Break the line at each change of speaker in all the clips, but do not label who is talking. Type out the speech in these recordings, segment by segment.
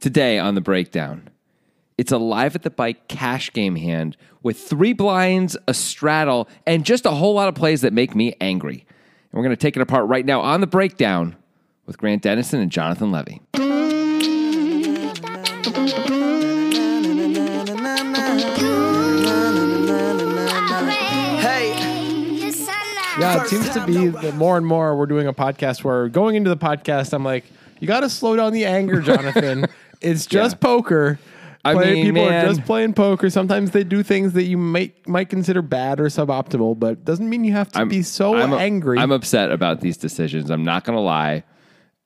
Today on the breakdown, it's a live at the bike cash game hand with three blinds, a straddle, and just a whole lot of plays that make me angry. And we're going to take it apart right now on the breakdown with Grant Dennison and Jonathan Levy.
Yeah, it seems to be that more and more we're doing a podcast where going into the podcast, I'm like, you got to slow down the anger, Jonathan. it's just poker.
I
Play-
mean,
people
man.
are just playing poker. Sometimes they do things that you might might consider bad or suboptimal, but doesn't mean you have to be so
I'm a-
Oh, angry.
I'm upset about these decisions. I'm not going to lie.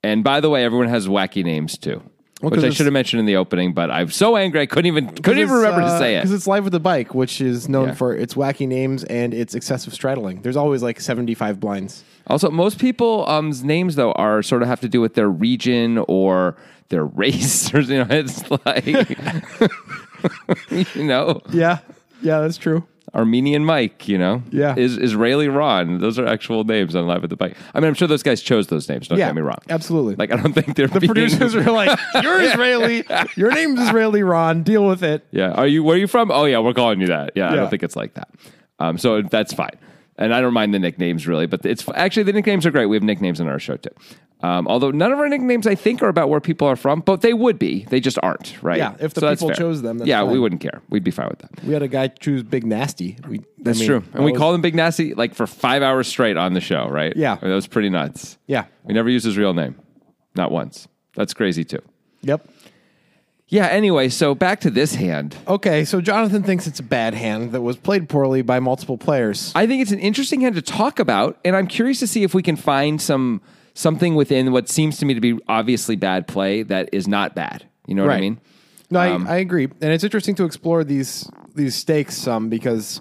And by the way, everyone has wacky names too, which
'cause
I
it's-
should have mentioned in the opening. But I'm so angry I couldn't even couldn't even remember to say
because
it.
uh, it's live with the bike, which is known
Yeah.
for its wacky names and its excessive straddling. There's always like 75 blinds.
Also, most people um's names though are sort of have to do with their region or their race. Or, you know, it's like you know
Yeah, yeah, that's true.
Armenian Mike. You know,
Yeah.
is Israeli Ron. Those are actual names on Live at the Bike. I mean, I'm sure those guys chose those names. Don't
Yeah,
get me wrong.
absolutely.
Like I don't think they're
the producers are like, "You're Israeli. Your name's Israeli Ron. Deal with it."
Yeah. Are you where are you from? Oh yeah, we're calling you that. Yeah, I don't
Yeah.
think it's like that. Um, so that's fine. And I don't mind the nicknames really, but it's actually the nicknames are great. We have nicknames in our show too. Um, although none of our nicknames I think are about where people are from, but they would be. They just aren't, right?
Yeah, if the
that's
people
fair.
chose them, that's
yeah, we
fine.
wouldn't care. We'd be fine with that.
We had a guy choose Big Nasty. We,
That's true. And we called him Big Nasty like for five hours straight on the show, right?
Yeah.
I mean, that was pretty nuts.
Yeah.
We never used his real name. Not once. That's crazy too.
Yep.
Yeah, anyway, so back to this hand.
Okay, so Jonathan thinks it's a bad hand that was played poorly by multiple players.
I think it's an interesting hand to talk about, and I'm curious to see if we can find some something within what seems to me to be obviously bad play that is not bad. You know what I
Right.
mean? Um,
No, I, I agree, and it's interesting to explore these these stakes some because,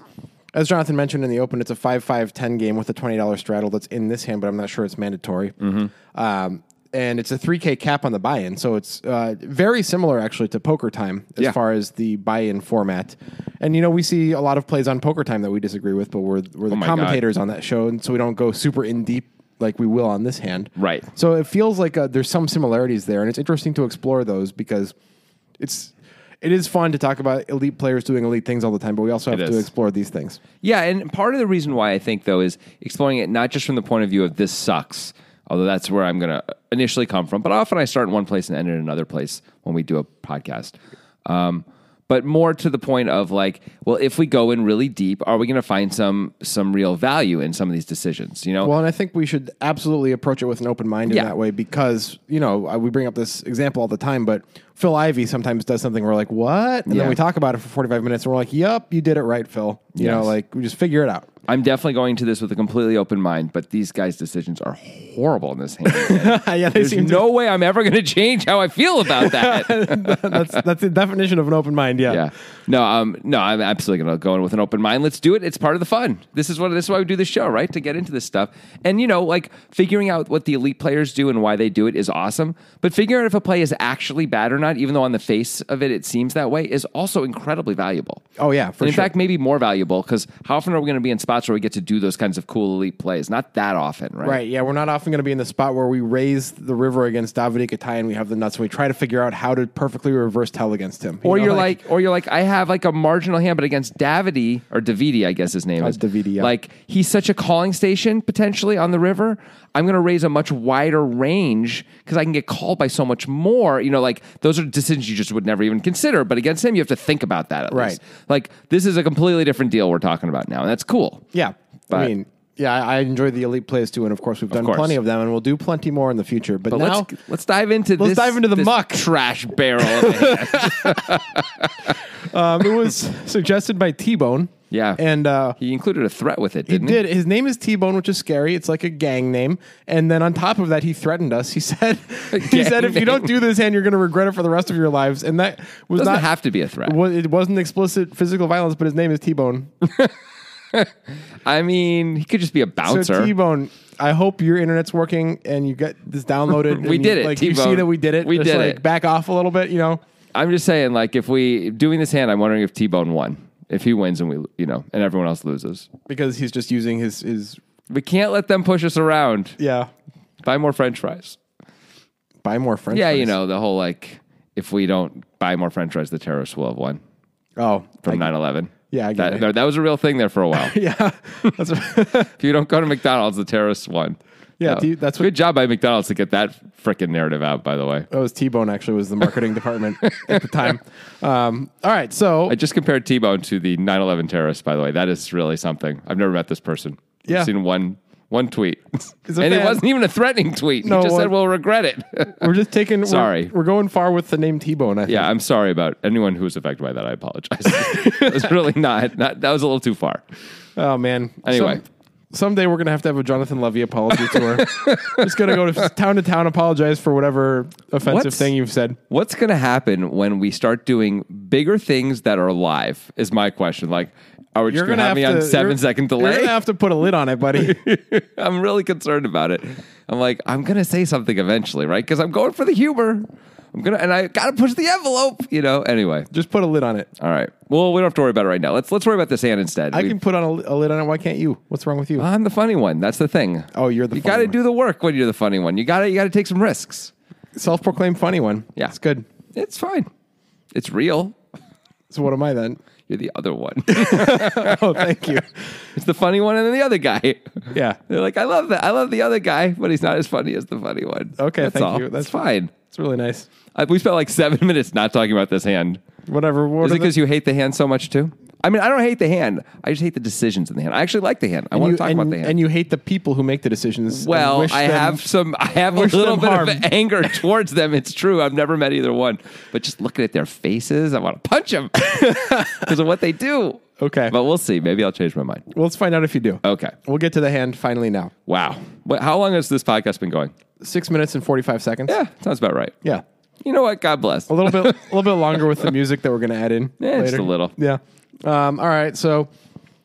as Jonathan mentioned in the open, it's a 5-5-10 game with a twenty dollars straddle that's in this hand, but I'm not sure it's mandatory.
Mm-hmm.
Um, and it's a three K cap on the buy in, so it's uh, very similar actually to Poker Time as
Yeah.
far as the buy in format. And you know, we see a lot of plays on Poker Time that we disagree with, but we're we're the
Oh my God.
commentators on that show, and so we don't go super in deep. Like we will on this hand,
Right.
So it feels like uh, there's some similarities there, and it's interesting to explore those because it's it is fun to talk about elite players doing elite things all the time, but we also have
It
to
is.
explore these things.
Yeah, and part of the reason why I think though is exploring it not just from the point of view of this sucks, although that's where I'm going to initially come from, but often I start in one place and end in another place when we do a podcast. Um, but more to the point of like, well, if we go in really deep, are we going to find some some real value in some of these decisions? You know,
Well, and I think we should absolutely approach it with an open mind in
Yeah.
that way because you know I- we bring up this example all the time, but Phil Ivey sometimes does something we're like, "What?" and
Yeah.
then we talk about it for 45 minutes, and we're like, "Yup, you did it right, Phil." You know,
Yes.
like we just figure it out.
I'm definitely going to this with a completely open mind, but these guys' decisions are horrible in this hand.
yeah, they
There's no way I'm ever going to change how I feel about that.
that's that's the definition of an open mind. Yeah.
yeah. No, um, no, I'm absolutely going to go in with an open mind. Let's do it. It's part of the fun. This is what this is why we do the show, right? To get into this stuff. And you know, like figuring out what the elite players do and why they do it is awesome, but figuring out if a play is actually bad or not, even though on the face of it it seems that way, is also incredibly valuable.
Oh, yeah, for
And in
sure.
fact, maybe more valuable cuz how often are we going to be in spots where we get to do those kinds of cool elite plays? Not that often, right?
Right. Yeah, we're not often going to be in the spot where we raise the river against Davide Katai and we have the nuts and we try to figure out how to perfectly reverse tell against him. You
Or
know,
you're like, or you're like, I have like a marginal hand, but against Davide or Uh, Davide, I guess his name is
Davide, yeah.
Like he's such a calling station potentially on the river. I'm going to raise a much wider range because I can get called by so much more. You know, like those are decisions you just would never even consider. But against him, you have to think about that at
Right.
least. Like this is a completely different deal we're talking about now, and that's cool.
yeah.
But-
I mean, yeah, I I enjoy the elite plays too, and of course we've done
course.
plenty of them, and we'll do plenty more in the future. But,
But
now,
let's let's dive into
Let's
this,
dive into the
this
muck.
trash barrel. Of a hand.
um, it was suggested by T Bone.
Yeah.
and uh,
he included a threat with it,
He
didn't he?
did. His name is T Bone, which is scary. It's like a gang name. And then on top of that, he threatened us. He said, he
gang
said, if
name.
you don't do this hand, you're going to regret it for the rest of your lives. And that was
Doesn't
not
have to be a threat.
wa- it wasn't explicit physical violence, but his name is T Bone.
Oh, I mean, he could just be a bouncer.
So T Bone, I hope your internet's working and you get this downloaded. and
We
you-
did it,
Like you
T-Bone.
see that we did it.
We
Just,
did
like,
it.
Back off a little bit, you know.
I'm just saying, like, if we doing this hand, I'm wondering if T Bone won. If he wins and we, you know, and everyone else loses,
Because he's just using his his
we can't let them push us around.
yeah.
Buy more French fries.
Buy more French.
Yeah, you
fries.
know the whole like if we don't buy more French fries, the terrorists will have won
Oh,
from
I-
9-11.
Yeah, I get
that,
it.
no, that was a real thing there for a while.
yeah. That's what-
if you don't go to McDonald's, the terrorists won.
Yeah, do you- that's what-
good job by McDonald's to get that freaking narrative out. By the way,
that was T Bone. Actually, was the marketing department at the time. Um, all right, so
I just compared T-Bone to the 9/11 terrorists. By the way, that is really something. I've never met this person. I've
Yeah.
seen one one tweet,
He's
and it
a fan.
wasn't even a threatening tweet.
No,
he just
what-
said, "We'll regret it."
we're just taking. we're-
Sorry.
we're, going far with the name T Bone. I think.
yeah, I'm sorry about anyone who was affected by that. I apologize. it was really not, not. That was a little too far.
Oh man.
Anyway.
Some- someday we're gonna have to have a Jonathan Levy apology tour. Just gonna go to town to town, apologize for whatever offensive
What's-
thing you've said.
What's going to happen when we start doing bigger things that are live? Is my question. Like, are we just
You're
going
gonna
to have
have
me
to
on seven
you're-
second
You're gonna
delay?
have to put a lid on it, buddy.
I'm really concerned about it. I'm like, I'm going to say something eventually, right? Because I'm going for the humor. I'm gonna, and I got to push the envelope, you know. Anyway,
Just put a lid on it.
all right. Well, we don't have to worry about it right now. Let's let's worry about this hand instead.
I
We-
can put on a, a lid on it. Why can't you? What's wrong with you?
I'm the funny one. That's the thing.
Oh, you're the
you
funny
got to
one.
do the work when you're the funny one. You got to you got to take some risks.
Self-proclaimed funny one.
Yeah.
it's good.
It's fine. It's real.
So what am I then?
You're the other one.
oh, thank you.
it's the funny one and then the other guy.
Yeah,
They're like, I love that. I love the other guy, but he's not as funny as the funny one.
Okay,
that's
thank
all.
you.
That's
That's-
fine.
it's really nice.
I, we spent like seven minutes not talking about this hand.
Whatever. What
Is
are
it
the-
because you hate the hand so much too? I mean, I don't hate the hand. I just hate the decisions in the hand. I actually like the hand. I want to
you-
talk
and,
about the hand.
and you hate the people who make the decisions. and
well,
wish
I
them-
have some. I have a
wish
little bit
them harm.
of anger towards them. It's true. I've never met either one, but just looking at their faces, I want to punch them because of what they do.
Okay.
but we'll oh. see. Maybe I'll change my mind.
Well, let's find out if you do.
Okay.
We'll get to the hand finally now.
Wow. What, how long has this podcast been going?
Six minutes and forty-five seconds.
Yeah, sounds about right.
Yeah.
You know what? God bless.
a little bit a little bit longer with the music that we're going to add in
Yeah, just
later.
a little.
yeah um, all right so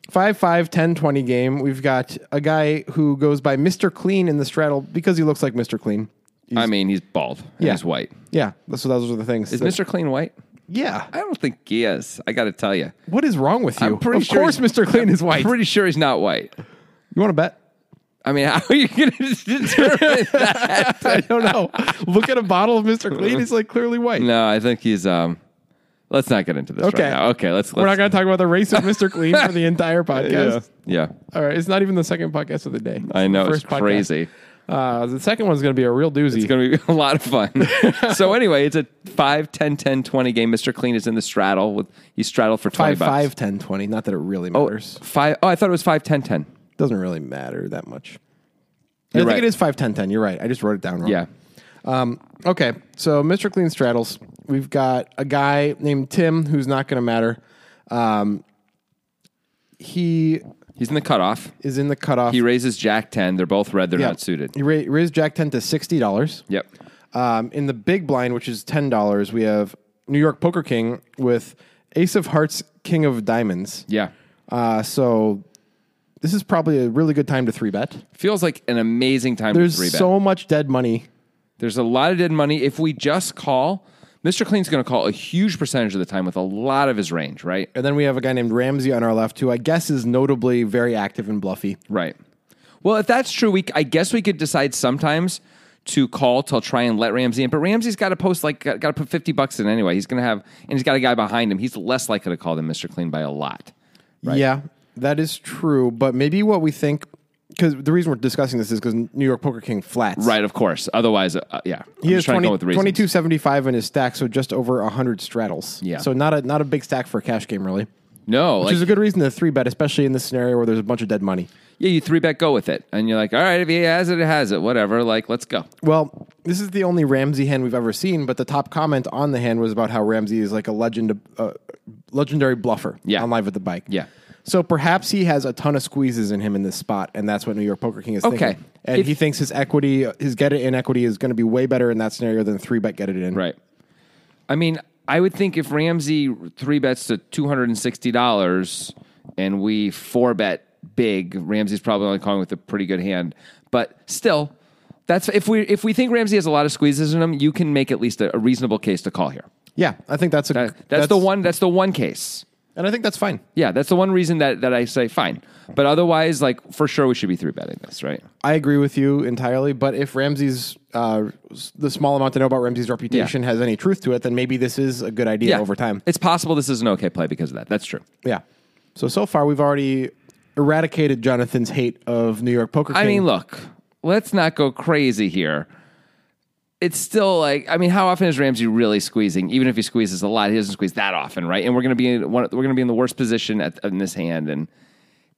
5 5 10 20 game we've got a guy who goes by mr clean in the straddle because he looks like mr clean
I mean, he's bald and
Yeah.
he's white.
yeah so those are the things
Is
that-
Mr. Clean white?
yeah
I don't think he is. I got to tell you.
what is wrong with you
I'm pretty
of
sure
course
he's-
mr clean is white
Pretty sure he's not white.
you want to bet
I mean, how are you going to determine that?
i don't know look at a bottle of mr clean he's like clearly white
No, I think he's. um Let's not get into this
Okay.
right now. Okay, let's. let's
we're not going to talk about the race of mr clean for the entire podcast
yeah,
all right it's not even the second podcast of the day
I know
the
it's
podcast.
crazy.
uh, the second one's going to be a real doozy
It's going to be a lot of fun. so anyway, it's a 5, 10, 10, 20 game. Mr. Clean is in the straddle with he straddled for twenty
Five,
bucks.
five, ten, twenty. Not that it really matters.
Five- oh, I thought it was 5, 10, 10.
Doesn't really matter that much. I
You're
think
right.
it is five, ten, ten. You're right. I just wrote it down wrong.
Yeah,
Okay. So Mr. Clean straddles. We've got a guy named Tim who's not going to matter. Um, he
he's in the cutoff.
is in the cutoff.
He raises Jack ten. They're both red. They're
Yeah.
not suited.
He ra- raised Jack ten to sixty dollars.
Yep.
Um, in the big blind, which is ten dollars, we have New York Poker King with Ace of Hearts, King of Diamonds.
Yeah.
Uh, so this is probably a really good time to three bet.
Feels like an amazing time
There's
to three bet.
so much dead money.
There's a lot of dead money. If we just call, Mr. Clean's going to call a huge percentage of the time with a lot of his range, right?
And then we have a guy named Ramsey on our left, who I guess is notably very active and bluffy.
Right. Well, if that's true, we I guess we could decide sometimes to call to try and let Ramsey in, but Ramsey's got to post like got to put fifty bucks in anyway. He's going to have and he's got a guy behind him. He's less likely to call than Mr. Clean by a lot. Right.
Yeah, that is true. But maybe what we think, because the reason we're discussing this is because New York Poker King flats.
Right, of course. Otherwise, uh, yeah.
He
I'm
has
just trying to go
20,
with reasons.
2275 in his stack, so just over 100 straddles.
Yeah.
So not a, not a big stack for a cash game, really.
No,
Which
like,
is a good reason to three bet, especially in this scenario where there's a bunch of dead money.
yeah, you three bet go with it, and you're like, all right, if he has it, it has it. Whatever, like, let's go.
Well, this is the only Ramsey hand we've ever seen, but the top comment on the hand was about how Ramsey is like a legend, uh, legendary bluffer
Yeah.
on live at the bike.
Yeah.
So perhaps he has a ton of squeezes in him in this spot, and that's what New York Poker King is
Okay.
thinking. And
If-
he thinks his equity, his get it in equity, is going to be way better in that scenario than three bet get it in.
Right. I mean, I would think if Ramsey three bets to two hundred and sixty dollars, and we four bet big, Ramsey's probably only calling with a pretty good hand. But still, that's if we if we think Ramsey has a lot of squeezes in him, you can make at least a, a reasonable case to call here. Uh,
Yeah, I think that's a
That- that's, the one. That's the one case.
And I think that's fine.
Yeah, that's the one reason that, that I say fine. But otherwise, like for sure, we should be three betting this, right?
I agree with you entirely. But if Ramsey's, uh, s- the small amount I know about Ramsey's reputation has any truth to it, then maybe this is a good idea over time.
it's possible this is an okay play because of that. That's true.
Yeah. So, so far, we've already eradicated Jonathan's hate of New York Poker King.
I mean, look, let's not go crazy here. It's still like, I mean, how often is Ramsey really squeezing? Even if he squeezes a lot, he doesn't squeeze that often, right? And we're going to be in one, we're going to be in the worst position at, in this hand, and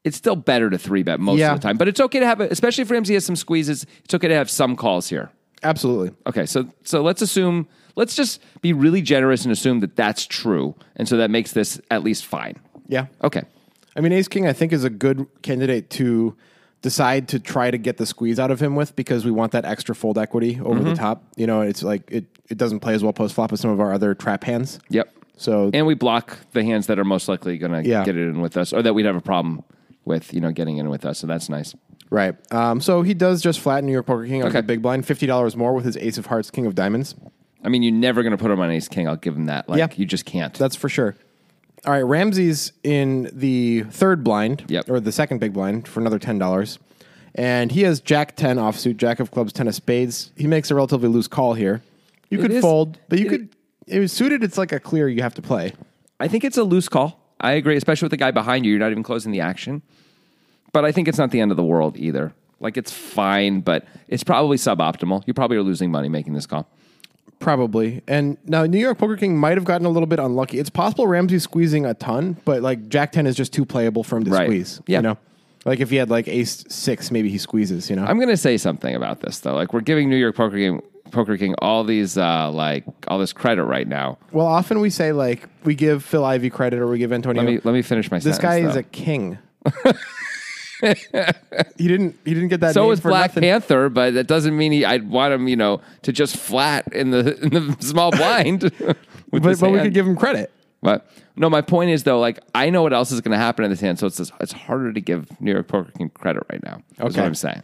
it's still better to three bet most
Yeah.
of the time. But it's okay to have, a, especially if Ramsey has some squeezes. It's okay to have some calls here.
absolutely.
Okay, so so let's assume, let's just be really generous and assume that that's true, and so that makes this at least fine.
Yeah.
Okay,
I mean, Ace King, I think, is a good candidate to decide to try to get the squeeze out of him with because we want that extra fold equity over
Mm-hmm.
the top. You know, it's like it, it doesn't play as well post flop as some of our other trap hands.
yep.
So,
and we block the hands that are most likely going to
Yeah.
get it in with us or that we'd have a problem with you know getting in with us so that's nice
right. Um, so he does just flatten New York Poker King on
Okay.
the big blind, $50 more with his Ace of Hearts, King of Diamonds.
i mean you're never going to put him on ace king i'll give him that like
Yeah.
you just can't
That's for sure. All right, Ramsey's in the third blind,
Yep.
or the second big blind for another ten dollars, and he has Jack ten offsuit, Jack of clubs, ten of spades. He makes a relatively loose call here. You could
is-
fold, but you
it-
could. It was suited. It's like a clear you have to play.
i think it's a loose call i agree especially with the guy behind you you're not even closing the action but i think it's not the end of the world either like it's fine but it's probably suboptimal you probably are losing money making this call
Probably. And now New York Poker King might have gotten a little bit unlucky. It's possible Ramsey's squeezing a ton, but like Jack 10 is just too playable for him to
Right.
squeeze.
Yeah.
You know? Like if he had like ace six, maybe he squeezes, you know?
i'm going to say something about this though like we're giving new york poker game poker king all these uh like all this credit right now
well, often we say like we give Phil Ivy credit or we give Antonio.
let me let me finish my
this guy is a king. he didn't he didn't get that
So
name
was
for
Black
nothing.
Panther, but that doesn't mean he, I'd want him, you know, to just flat in the in the small blind. with
But,
his
but we
hand.
could give him credit.
But no, my point is though, like I know what else is going to happen in this hand, so it's it's harder to give New York Poker King credit right now. Okay,
Okay.
what I'm saying.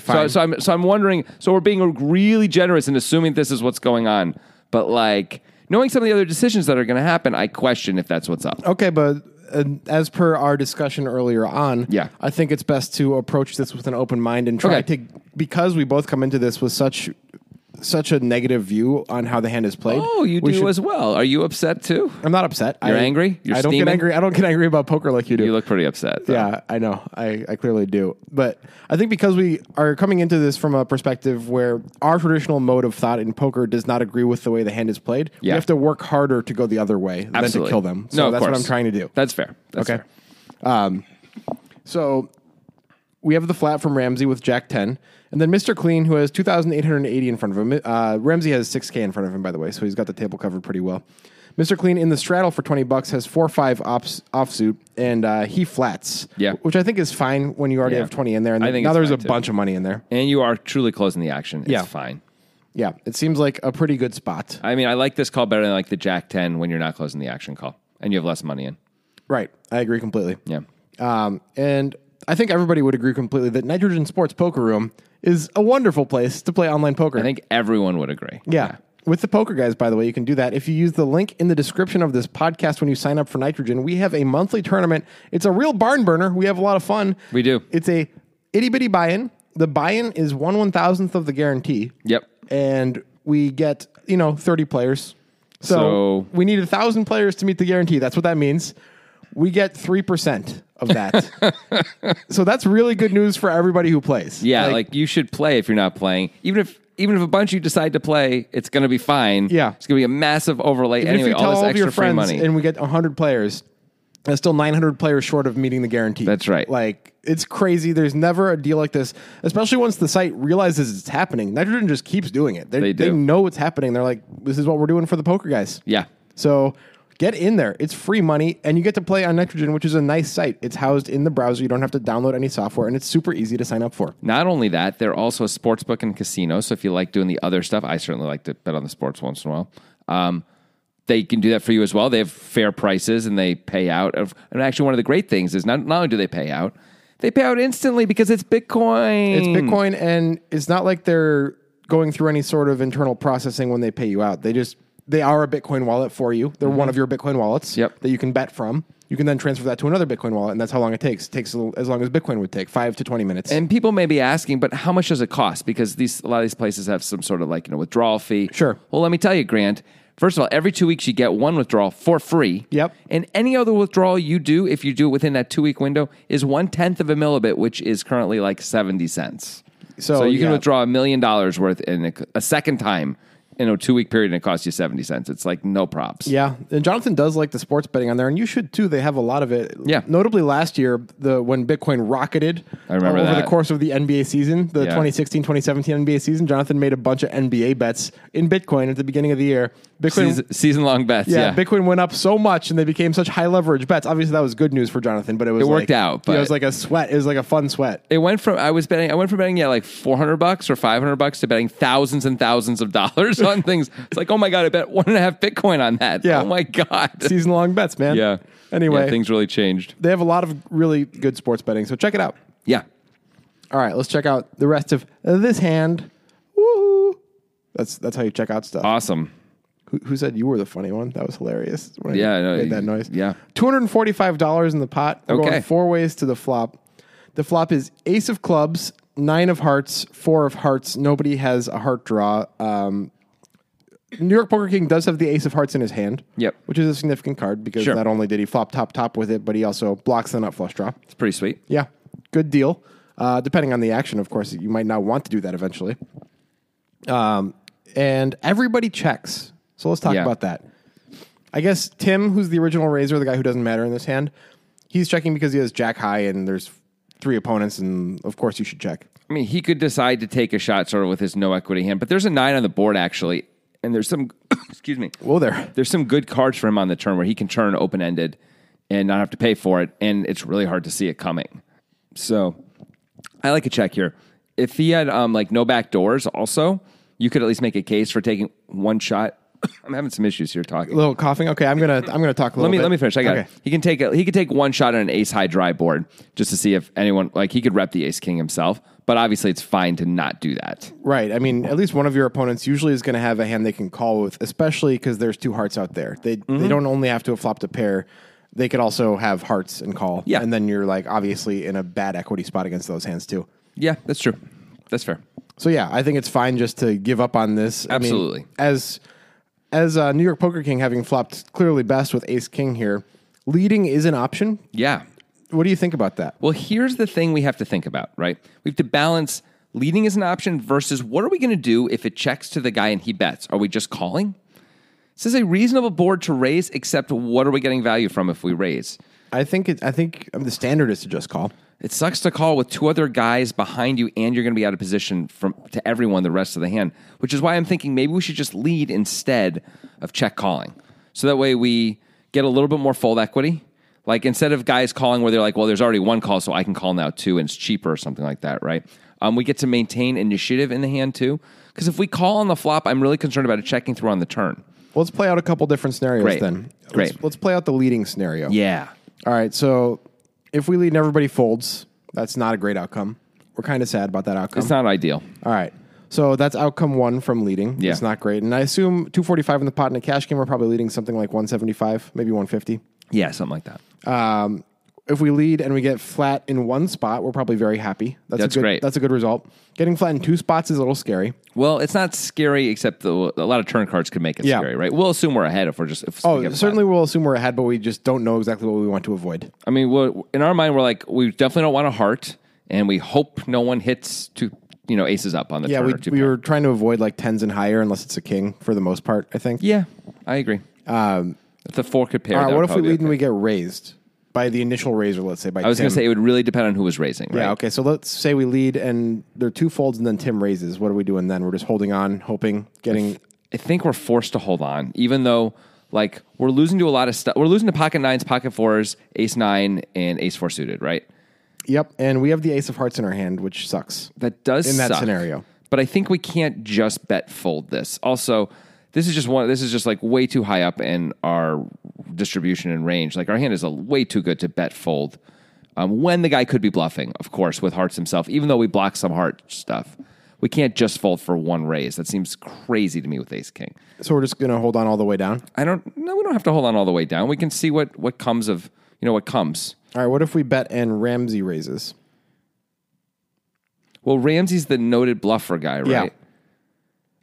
So,
fine.
so I'm so I'm wondering. So we're being really generous and assuming this is what's going on, but like knowing some of the other decisions that are going to happen, I question if that's what's up.
okay, but uh, as per our discussion earlier on,
Yeah.
I think it's best to approach this with an open mind and try
Okay.
to because we both come into this with such such a negative view on how the hand is played.
Oh, you
we
do
should-
as well. Are you upset too?
I'm not upset.
You're
I,
angry? You're
I don't
steaming?
get angry. I don't get angry about poker like you do.
You look pretty upset. though.
Yeah, I know. I, I clearly do. But I think because we are coming into this from a perspective where our traditional mode of thought in poker does not agree with the way the hand is played, we
Yeah.
have to work harder to go the other way than
Absolutely.
to kill them.
no,
So
of
that's what
course.
I'm trying to do.
That's fair. That's
okay.
fair.
Um, so we have the flat from Ramsey with Jack 10. And then Mr. Clean, who has 2,880 in front of him. Uh, Ramsey has 6K in front of him, by the way, so he's got the table covered pretty well. Mr. Clean in the straddle for 20 bucks has 4 5 ops, offsuit, and uh, he flats.
Yeah.
Which I think is fine when you already
Yeah.
have 20 in there. And
I think
now
it's
there's a
fine, too.
bunch of money in there.
and you are truly closing the action, it's
Yeah.
fine.
Yeah, it seems like a pretty good spot.
I mean, I like this call better than I like the Jack 10 when you're not closing the action call and you have less money in.
Right. I agree completely.
Yeah.
Um, and I think everybody would agree completely that Nitrogen Sports Poker Room is a wonderful place to play online poker.
I think everyone would agree.
yeah. With the poker guys, by the way, you can do that. If you use the link in the description of this podcast when you sign up for Nitrogen, we have a monthly tournament. It's a real barn burner. We have a lot of fun.
We do.
It's a itty bitty buy in. The buy in is one one thousandth of the guarantee.
Yep.
And we get, you know, 30 players. So,
So-
we need a thousand players to meet the guarantee. That's what that means. We get 3% of that. so that's really good news for everybody who plays.
Yeah. Like, you should play if you're not playing. Even if even if a bunch of you decide to play, it's going to be fine.
Yeah.
It's going to be a massive overlay.
Even
anyway,
if you
all
tell
this
all, of
extra
your friends
free money.
and we get 100 players, that's still 900 players short of meeting the guarantee.
That's right.
Like, it's crazy. There's never a deal like this, especially once the site realizes it's happening. Nitrogen just keeps doing it.
They do.
They know it's happening. They're like, this is what we're doing for the poker guys.
yeah.
So get in there. It's free money, and you get to play on Nitrogen, which is a nice site. It's housed in the browser. You don't have to download any software, and it's super easy to sign up for.
Not only that, they're also a sports book and casino. So if you like doing the other stuff, I certainly like to bet on the sports once in a while. Um, they can do that for you as well. They have fair prices and they pay out. Of, and actually, one of the great things is not, not only do they pay out, they pay out instantly because it's Bitcoin.
It's Bitcoin, and it's not like they're going through any sort of internal processing when they pay you out. They just they are a Bitcoin wallet for you. They're one of your Bitcoin wallets
Mm-hmm. Yep.
that you can bet from. You can then transfer that to another Bitcoin wallet, and that's how long it takes. It takes a little- as long as Bitcoin would take, five to twenty minutes.
And people may be asking, but how much does it cost? Because these a lot of these places have some sort of like you know withdrawal fee.
Sure.
Well, let me tell you, Grant. First of all, every two weeks you get one withdrawal for free.
Yep.
And any other withdrawal you do, if you do it within that two week window, is one tenth of a millibit, which is currently like seventy cents.
So,
you can
yeah.
withdraw a million dollars worth in a, a second time in a two week period, and it costs you seventy cents. It's like no props.
Yeah, and Jonathan does like the sports betting on there, and you should too. They have a lot of it.
Yeah.
Notably, last year the when Bitcoin rocketed
I remember
over
that.
the course of the NBA season, the
Yeah.
2016-2017 NBA season, Jonathan made a bunch of NBA bets in Bitcoin at the beginning of the year. Bitcoin,
Season, season long bets. Yeah.
yeah, Bitcoin went up so much, and they became such high leverage bets. Obviously, that was good news for Jonathan, but it
It
was
worked
like-
out,
yeah,
but-
it was like a sweat. It was like a fun sweat.
it went from I was betting I went from betting yeah like four hundred bucks or five hundred bucks to betting thousands and thousands of dollars on things. It's like oh my god, I bet one and a half Bitcoin on that.
Yeah.
Oh my god.
Season long bets, man.
yeah.
Anyway,
Yeah, things really changed.
they have a lot of really good sports betting, so check it out.
Yeah.
All right, let's check out the rest of this hand. Woohoo! That's that's how you check out stuff.
Awesome.
who, who said you were the funny one? That was hilarious. when
Yeah, I know.
made that noise.
Yeah.
two hundred and forty-five dollars in the pot. We're
Okay.
going four ways to the flop. The flop is ace of clubs, nine of hearts, four of hearts. Nobody has a heart draw. Um, New York Poker King does have the ace of hearts in his hand.
Yep.
which is a significant card because
Sure.
not only did he flop top top with it, but he also blocks the nut flush draw.
It's pretty sweet.
Yeah, good deal. Uh, depending on the action, of course, you might not want to do that eventually. Um, and everybody checks. So let's talk
Yeah.
about that. I guess Tim, who's the original raiser, the guy who doesn't matter in this hand, he's checking because he has jack high and there's three opponents, and of course you should check.
I mean, he could decide to take a shot sort of with his no equity hand, but there's a nine on the board actually, and there's some excuse me.
Whoa there.
there's some good cards for him on the turn where he can turn open ended and not have to pay for it, and it's really hard to see it coming. So I like a check here. If he had um, like no back doors, also you could at least make a case for taking one shot. I'm having some issues here talking.
A little coughing. Okay, I'm gonna I'm gonna talk a little.
Let me
bit.
let me finish. I got
okay.
it. He can take a, he could take one shot on an ace high dry board just to see if anyone like he could rep the ace king himself. But obviously, it's fine to not do that.
Right. I mean, at least one of your opponents usually is going to have a hand they can call with, especially because there's two hearts out there. They
Mm-hmm.
they don't only have to have flopped a pair, they could also have hearts and call.
Yeah.
And then you're like obviously in a bad equity spot against those hands too.
Yeah, that's true. That's fair.
So yeah, I think it's fine just to give up on this. I mean,
Absolutely.
as as uh, New York Poker King having flopped clearly best with Ace King here, leading is an option.
Yeah,
What do you think about that?
Well, here's the thing we have to think about, right? We have to balance leading as an option versus what are we going to do if it checks to the guy and he bets? Are we just calling? This is a reasonable board to raise, except what are we getting value from if we raise?
I think it, I think um, the standard is to just call.
It sucks to call with two other guys behind you, and you're going to be out of position from to everyone the rest of the hand. Which is why I'm thinking maybe we should just lead instead of check calling, so that way we get a little bit more fold equity. Like instead of guys calling where they're like, "Well, there's already one call, so I can call now too, and it's cheaper" or something like that, right? Um, we get to maintain initiative in the hand too, because if we call on the flop, I'm really concerned about a checking through on the turn.
Well, let's play out a couple different scenarios
Great.
then.
Great.
Let's, let's play out the leading scenario.
Yeah,
All right. So if we lead and everybody folds, that's not a great outcome. We're kind of sad about that outcome.
it's not ideal.
All right. So that's outcome one from leading.
Yeah.
It's not great. And I assume 245 in the pot in a cash game, we're probably leading something like 175, maybe 150.
Yeah, something like that.
Um, if we lead and we get flat in one spot, we're probably very happy. That's,
That's
a good,
great.
That's a good result. Getting flat in two spots is a little scary.
Well, it's not scary, except the, a lot of turn cards could make it
Yeah.
scary, right? We'll assume we're ahead if we're just. If we
Oh,
get
certainly we'll assume we're ahead, but we just don't know exactly what we want to avoid.
I mean, we're, in our mind, we're like, we definitely don't want a heart, and we hope no one hits two, you know, aces up on the
Yeah,
turn.
we,
or two
we
pair.
were trying to avoid like tens and higher unless it's a king for the most part, I think.
Yeah, I agree.
Um,
If the four could pair,
All right,
that
what
would
if we
probably be
lead and
okay.
we get raised by the initial raiser, let's say, by
I was going
Tim.
to say it would really depend on who was raising, right?
Yeah, okay. So let's say we lead and there are two folds and then Tim raises. What are we doing then? We're just holding on, hoping, getting.
I think we're forced to hold on, even though like we're losing to a lot of stuff. We're losing to pocket nines, pocket fours, ace nine, and ace four suited, right?
Yep. And we have the ace of hearts in our hand, which sucks.
That does
In that
suck.
scenario.
But I think we can't just bet fold this. Also, this is just one. This is just like way too high up in our distribution and range. Like our hand is a, way too good to bet fold. Um, when the guy could be bluffing, of course, with hearts himself, even though we block some heart stuff. we can't just fold for one raise. That seems crazy to me with ace king.
So we're just going to hold on all the way down.
I don't. No, we don't have to hold on all the way down. We can see what what comes of you know what comes.
All right, what if we bet and Ramsey raises?
Well, Ramsey's the noted bluffer guy, right?
Yeah.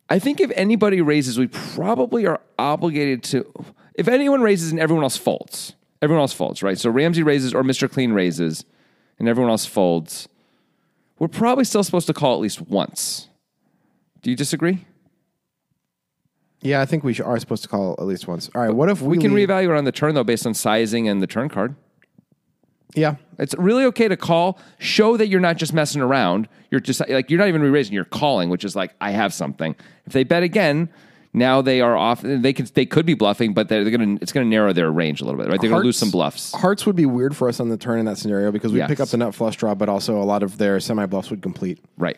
I think if anybody raises, we probably are obligated to. If anyone raises and everyone else folds, everyone else folds, right? So Ramsey raises or Mr. Clean raises, and everyone else folds. We're probably still supposed to call at least once. Do you disagree?
Yeah, I think we should, are supposed to call at least once. All right, what if
We
we,
can
lead-
reevaluate on the turn though, based on sizing and the turn card.
Yeah,
It's really okay to call. Show that you're not just messing around. You're just like you're not even re-raising. You're calling, which is like I have something. If they bet again, now they are off. They could they could be bluffing, but they're, they're gonna it's gonna narrow their range a little bit. Right, they're gonna lose
Hearts-
some bluffs.
Hearts would be weird for us on the turn in that scenario because we would pick
Yes.
up the nut flush draw, but also a lot of their semi bluffs would complete.
Right,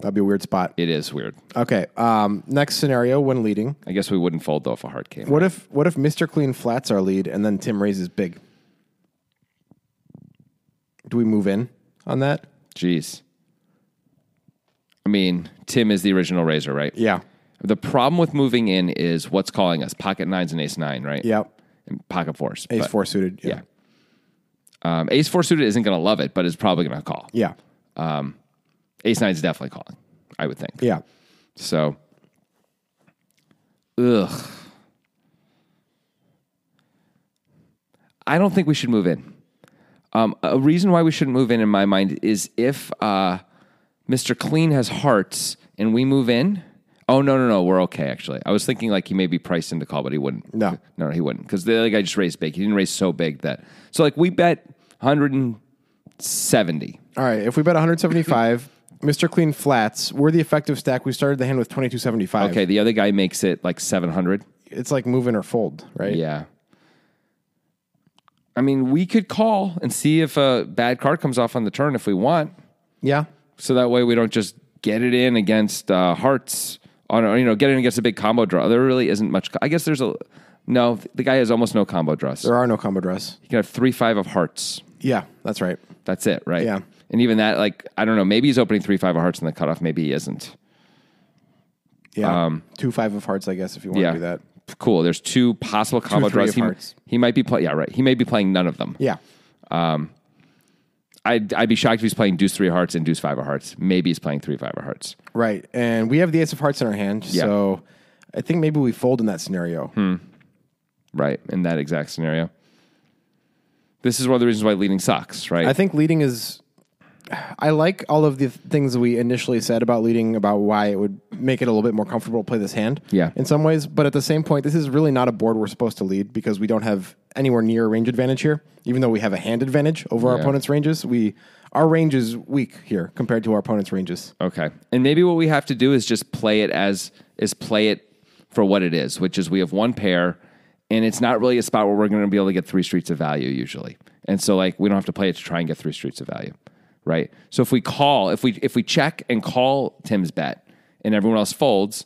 That'd be a weird spot.
it is weird.
Okay. Um, next scenario when leading.
I guess we wouldn't fold though if a heart came.
What if what if Mr. Clean flats our lead and then Tim raises big? Do we move in on that?
Jeez. I mean, Tim is the original raiser, right?
Yeah.
The problem with moving in is what's calling us pocket nines and ace nine, right?
Yep.
And pocket fours.
Ace
but-
four suited.
Yeah. Um, ace four suited isn't going to love it, but is probably going to call.
Yeah.
Ace nine's definitely calling, I would think.
Yeah.
So, ugh. I don't think we should move in. Um, a reason why we shouldn't move in, in my mind, is if uh, Mr. Clean has hearts and we move in. Oh no no no, we're okay actually. I was thinking like he may be priced into call, but he wouldn't.
No.
no, no he wouldn't because the other guy just raised big. He didn't raise so big that so like we bet 170.
All right. If we bet 175, Mr. Clean flats, we're the effective stack. We started the hand with 2275.
Okay, the other guy makes it like 700.
It's like move in or fold, right?
Yeah. I mean, we could call and see if a bad card comes off on the turn if we want.
Yeah.
So that way we don't just get it in against uh, hearts on or, you know, get it in against a big combo draw. There really isn't much co- I guess there's a no, the guy has almost no combo draws.
There are no combo draws.
He can have 3 5 of hearts.
Yeah, that's right.
That's it, right?
Yeah.
And even that like I don't know, maybe he's opening 3 5 of hearts in the cutoff, maybe he isn't.
Yeah. Two five of hearts, I guess, if you want
Um, Yeah.
to do that.
Cool. There's two possible combo
three
draws.
of
He,
hearts.
he might be playing. Yeah, right. He may be playing none of them.
Yeah.
I'd, I'd be shocked if he's playing deuce three of hearts and deuce five of hearts. Maybe he's playing three five of hearts.
Right. And we have the ace of hearts in our hand.
Yeah.
So I think maybe we fold in that scenario.
Right. In that exact scenario. This is one of the reasons why leading sucks, right?
I think leading is. I like all of the things we initially said about leading, about why it would make it a little bit more comfortable to play this hand.
Yeah.
In some ways. But at the same point, this is really not a board we're supposed to lead because we don't have anywhere near a range advantage here. Even though we have a hand advantage over our
Yeah.
opponent's ranges, we our range is weak here compared to our opponent's ranges.
okay. And maybe what we have to do is just play it as is play it for what it is, which is we have one pair and it's not really a spot where we're going to be able to get three streets of value usually. And so like we don't have to play it to try and get three streets of value. Right? So if we call, if we if we check and call Tim's bet and everyone else folds,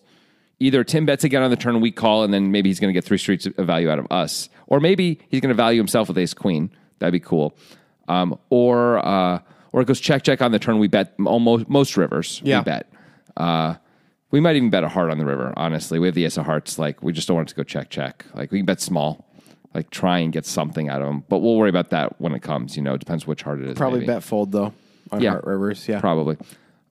either Tim bets again on the turn, we call, and then maybe he's going to get three streets of value out of us, or maybe he's going to value himself with ace queen. That'd be cool. Um, or uh, or it goes check check on the turn. We bet almost most rivers.
Yeah.
We bet. Uh, we might even bet a heart on the river. Honestly, we have the ace of hearts. Like we just don't want it to go check check. Like we can bet small. Like try and get something out of them, but we'll worry about that when it comes. You know, it depends which heart it is.
Probably
maybe.
bet fold though on
Yeah.
Heart Rivers. Yeah.
Probably.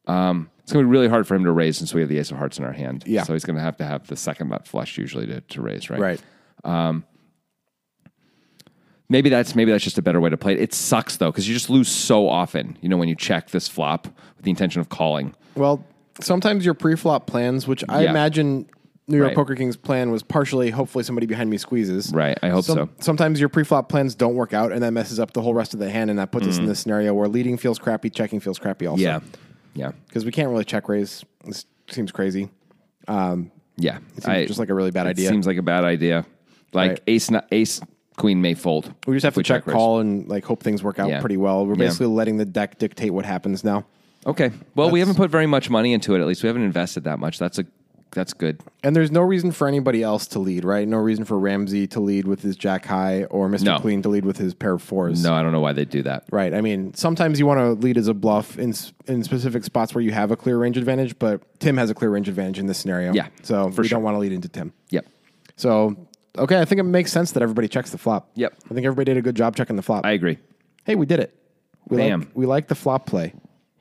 Um, it's going to be really hard for him to raise since we have the ace of hearts in our hand.
Yeah.
So he's going to have to have the second nut flush usually to, to raise, right?
Right.
Maybe that's maybe that's just a better way to play it. It sucks though because you just lose so often. You know when you check this flop with the intention of calling.
Well, sometimes your pre-flop plans, which I
Yeah.
imagine New York
Right.
Poker Kings plan was partially, hopefully, somebody behind me squeezes.
Right, I hope so.
Sometimes your pre-flop plans don't work out, and that messes up the whole rest of the hand, and that puts us in this scenario where leading feels crappy, checking feels crappy, also.
Mm. Yeah.
because we can't really check raise. This seems crazy.
Yeah.
It seems just like a really bad idea.
Seems like a bad idea. Like
Right.
ace nu- ace queen may fold.
we just have
if
to check,
raise.
call and like hope things work out
Yeah.
pretty well. We're
Yeah.
basically letting the deck dictate what happens now.
Okay. Well, we haven't put very much money into it. At least we haven't invested that much. That's a that's good.
And there's no reason for anybody else to lead, right? No reason for Ramsey to lead with his jack high or Mr.
No.
Clean to lead with his pair of fours.
No, I don't know why they do that.
Right. I mean, sometimes you want to lead as a bluff in s- in specific spots where you have a clear range advantage, but Tim has a clear range advantage in this scenario.
Yeah,
So
for
we
sure.
don't want to lead into Tim.
Yep.
So, okay, I think it makes sense that everybody checks the flop.
Yep.
I think everybody did a good job checking the flop.
I agree.
hey, we did it. We
Bam.
like we like the flop play.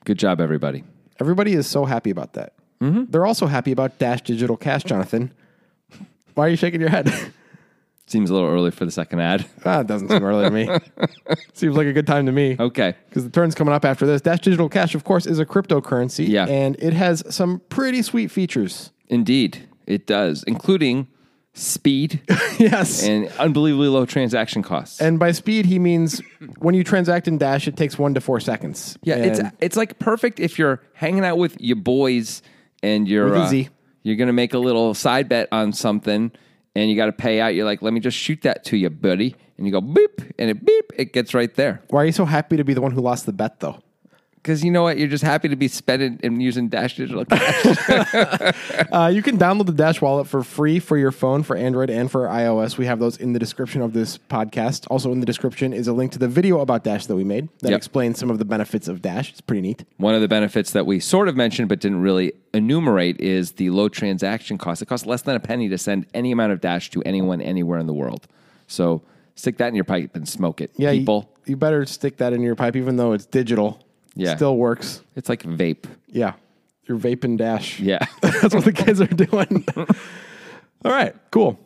Good job, everybody.
Everybody is so happy about that. Mm-hmm. They're also happy about Dash Digital Cash, Jonathan. Why are you shaking your head?
Seems a little early for the second ad.
ah, it doesn't seem early to me. Seems like a good time to me.
Okay.
Because the turn's coming up after this. Dash Digital Cash, of course, is a cryptocurrency.
Yeah.
And it has some pretty sweet features.
Indeed, it does, including speed
yes. And,
and unbelievably low transaction costs.
by speed, he means when you transact in Dash, it takes one to four seconds.
yeah, it's
And
it's like perfect if you're hanging out with your boys and you're
With a
uh,
Z.
you're gonna make a little side bet on something and you got to pay out. You're like, let me just shoot that to you, buddy, and you go beep and it beep, it gets right there.
why are you so happy to be the one who lost the bet, though?
Because you know what, you're just happy to be spending and using Dash Digital Cash.
Uh, you can download the Dash wallet for free for your phone, for Android, and for iOS. We have those in the description of this podcast. Also, in the description is a link to the video about Dash that we made that
Yep.
explains some of the benefits of Dash. It's pretty neat.
One of the benefits that we sort of mentioned but didn't really enumerate is the low transaction cost. It costs less than a penny to send any amount of Dash to anyone anywhere in the world. So stick that in your pipe and smoke it,
Yeah, you-
people.
You, better stick that in your pipe, even though it's digital.
Yeah.
Still works.
It's like vape.
Yeah. You're vaping Dash.
Yeah.
That's what the kids are doing. all right. Cool.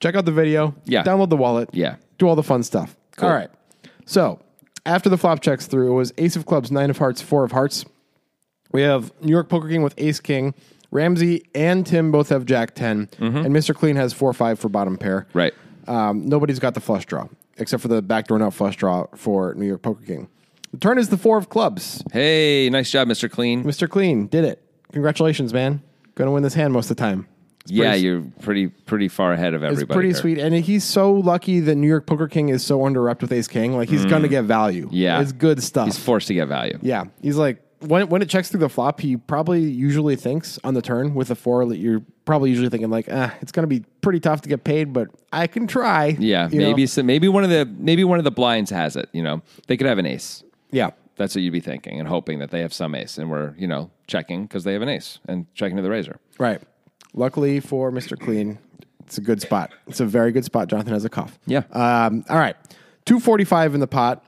Check out the video.
Yeah.
Download the wallet.
Yeah.
Do all the fun stuff.
Cool.
All right. So after the flop checks through, it was ace of clubs, nine of hearts, four of hearts. We have New York Poker King with ace king. Ramsey and Tim both have jack 10. And Mr. Clean has four five for bottom pair.
Mm-hmm. right.
Um, nobody's got the flush draw except for the backdoor nut flush draw for New York Poker King. The turn is the four of clubs.
Hey, nice job, Mr. Clean.
Mr. Clean did it. Congratulations, man. Going to win this hand most of the time. It's
yeah,
pretty-
you're pretty pretty far ahead of everybody.
It's pretty
here.
sweet, and he's so lucky that New York Poker King is so underrepped with Ace King. Like he's gonna get value.
Mm. Yeah.
it's good stuff.
He's forced to get value.
yeah, he's like when when it checks through the flop, he probably usually thinks on the turn with a four that you're probably usually thinking like, ah, it's gonna be pretty tough to get paid, but I can try.
Yeah,
You know?
maybe so, maybe one of the maybe one of the blinds has it. You know, they could have an ace.
Yeah,
That's what you'd be thinking and hoping that they have some ace, and we're you know checking because they have an ace and checking to the razor.
right. Luckily for Mister Clean, it's a good spot. It's a very good spot. Jonathan has a cough.
Yeah.
Um, all right. 245 in the pot.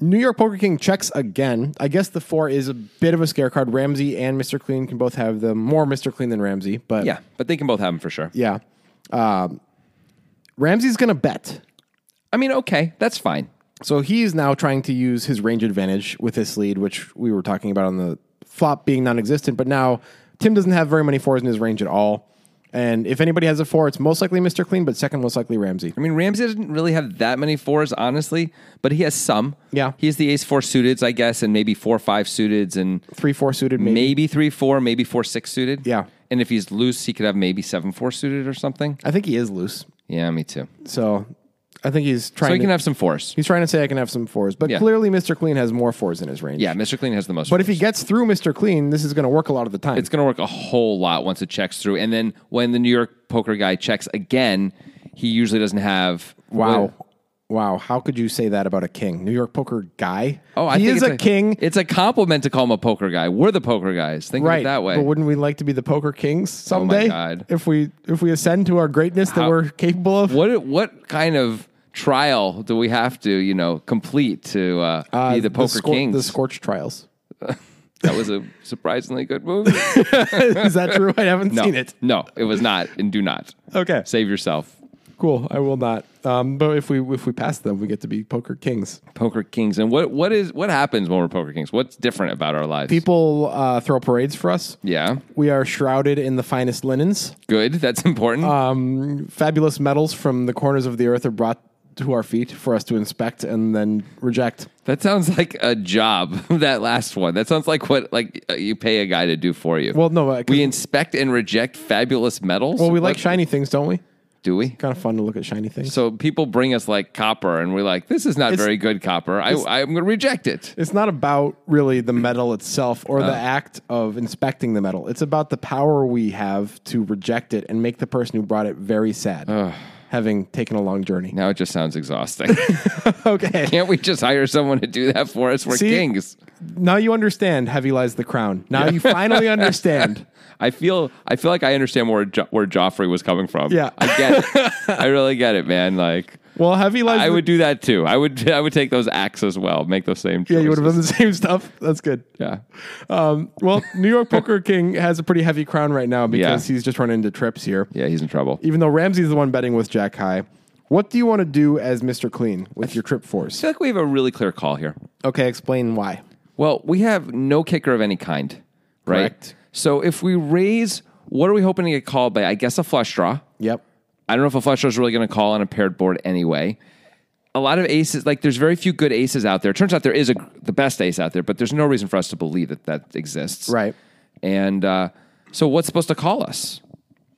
New York Poker King checks again. I guess the four is a bit of a scare card. Ramsey and Mr. Clean can both have them. More Mr. Clean than Ramsey, but
yeah, but they can both have them for sure.
yeah. Um, Ramsey's going to bet.
I mean, okay, that's fine.
So he's now trying to use his range advantage with this lead, which we were talking about on the flop being non existent. But now Tim doesn't have very many fours in his range at all. And if anybody has a four, it's most likely Mr. Clean, but second most likely Ramsey.
I mean, Ramsey doesn't really have that many fours, honestly, but he has some.
Yeah.
he has the ace four suiteds, I guess, and maybe four five suiteds, and
Three, four suited, maybe.
maybe three four, maybe four six suited.
Yeah.
and if he's loose, he could have maybe seven four suited or something.
I think he is loose.
Yeah, me too.
So I think he's trying
So he
to
can have some fours.
he's trying to say I can have some fours, but
Yeah.
clearly Mr. Clean has more fours in his range.
Yeah, Mr. Clean has the most.
But if he gets through Mr. Clean, this is going to work a lot of the time.
it's going to work a whole lot once it checks through. And then when the New York poker guy checks again, he usually doesn't have.
wow. Wow, how could you say that about a king? New York poker guy?
Oh, I
he
think
is
it's
a, king.
It's a compliment to call him a poker guy. We're the poker guys. Think of
right.
it that way. Oh
But wouldn't we like to be the poker kings
my
someday?
God.
If we if we ascend to our greatness that
How-
we're capable of?
what what kind of trial do we have to you know complete to uh,
Uh,
be the poker
scor-
kings?
The Scorch Trials.
that was a surprisingly good movie.
is that true? I haven't
no,
seen it.
no, it was not, and do not
Okay.
save yourself.
Cool. I will not. Um, but if we if we pass them, we get to be poker kings.
Poker kings, and what what is what happens when we're poker kings? What's different about our lives?
People uh, throw parades for us.
yeah,
We are shrouded in the finest linens.
good. That's important.
Um, fabulous metals from the corners of the earth are brought to our feet for us to inspect and then reject.
That sounds like a job. that last one. That sounds like what like uh, you pay a guy to do for you.
Well, no, uh, 'cause-
we inspect and reject fabulous metals.
Well, we like
What-
shiny things, don't we?
Do we?
Kind of fun to look at shiny things.
So people bring us like copper, and we're like, "This is not
It's-
very good copper. I, I'm going to reject it."
It's not about really the metal itself or the
Uh.
act of inspecting the metal. It's about the power we have to reject it and make the person who brought it very sad, having taken a long journey.
Now it just sounds exhausting.
okay.
Can't we just hire someone to do that for us? We're
See?
kings.
Now you understand Heavy Lies the Crown. Now you finally understand.
I feel I feel like I understand where jo- where Joffrey was coming from.
Yeah.
I get it. I really get it, man. Like
Well, Heavy Lies
I
the-
would do that too. I would I would take those acts as well. Make those same. Choices.
Yeah, you would have done the same stuff. That's good.
Yeah.
Um, well, New York Poker King has a pretty heavy crown right now because
Yeah.
he's just run into trips here.
Yeah, he's in trouble.
Even though Ramsey's the one betting with Jack High. What do you want to do as Mr. Clean with your trip force?
I feel like we have a really clear call here.
Okay, explain why.
Well, we have no kicker of any kind, right?
Correct.
So if we raise, what are we hoping to get called by? I guess a flush draw.
Yep.
I don't know if a flush draw is really going to call on a paired board anyway. A lot of aces, like there's very few good aces out there. It turns out there is a the best ace out there, but there's no reason for us to believe that that exists,
Right.
And uh, so, what's supposed to call us?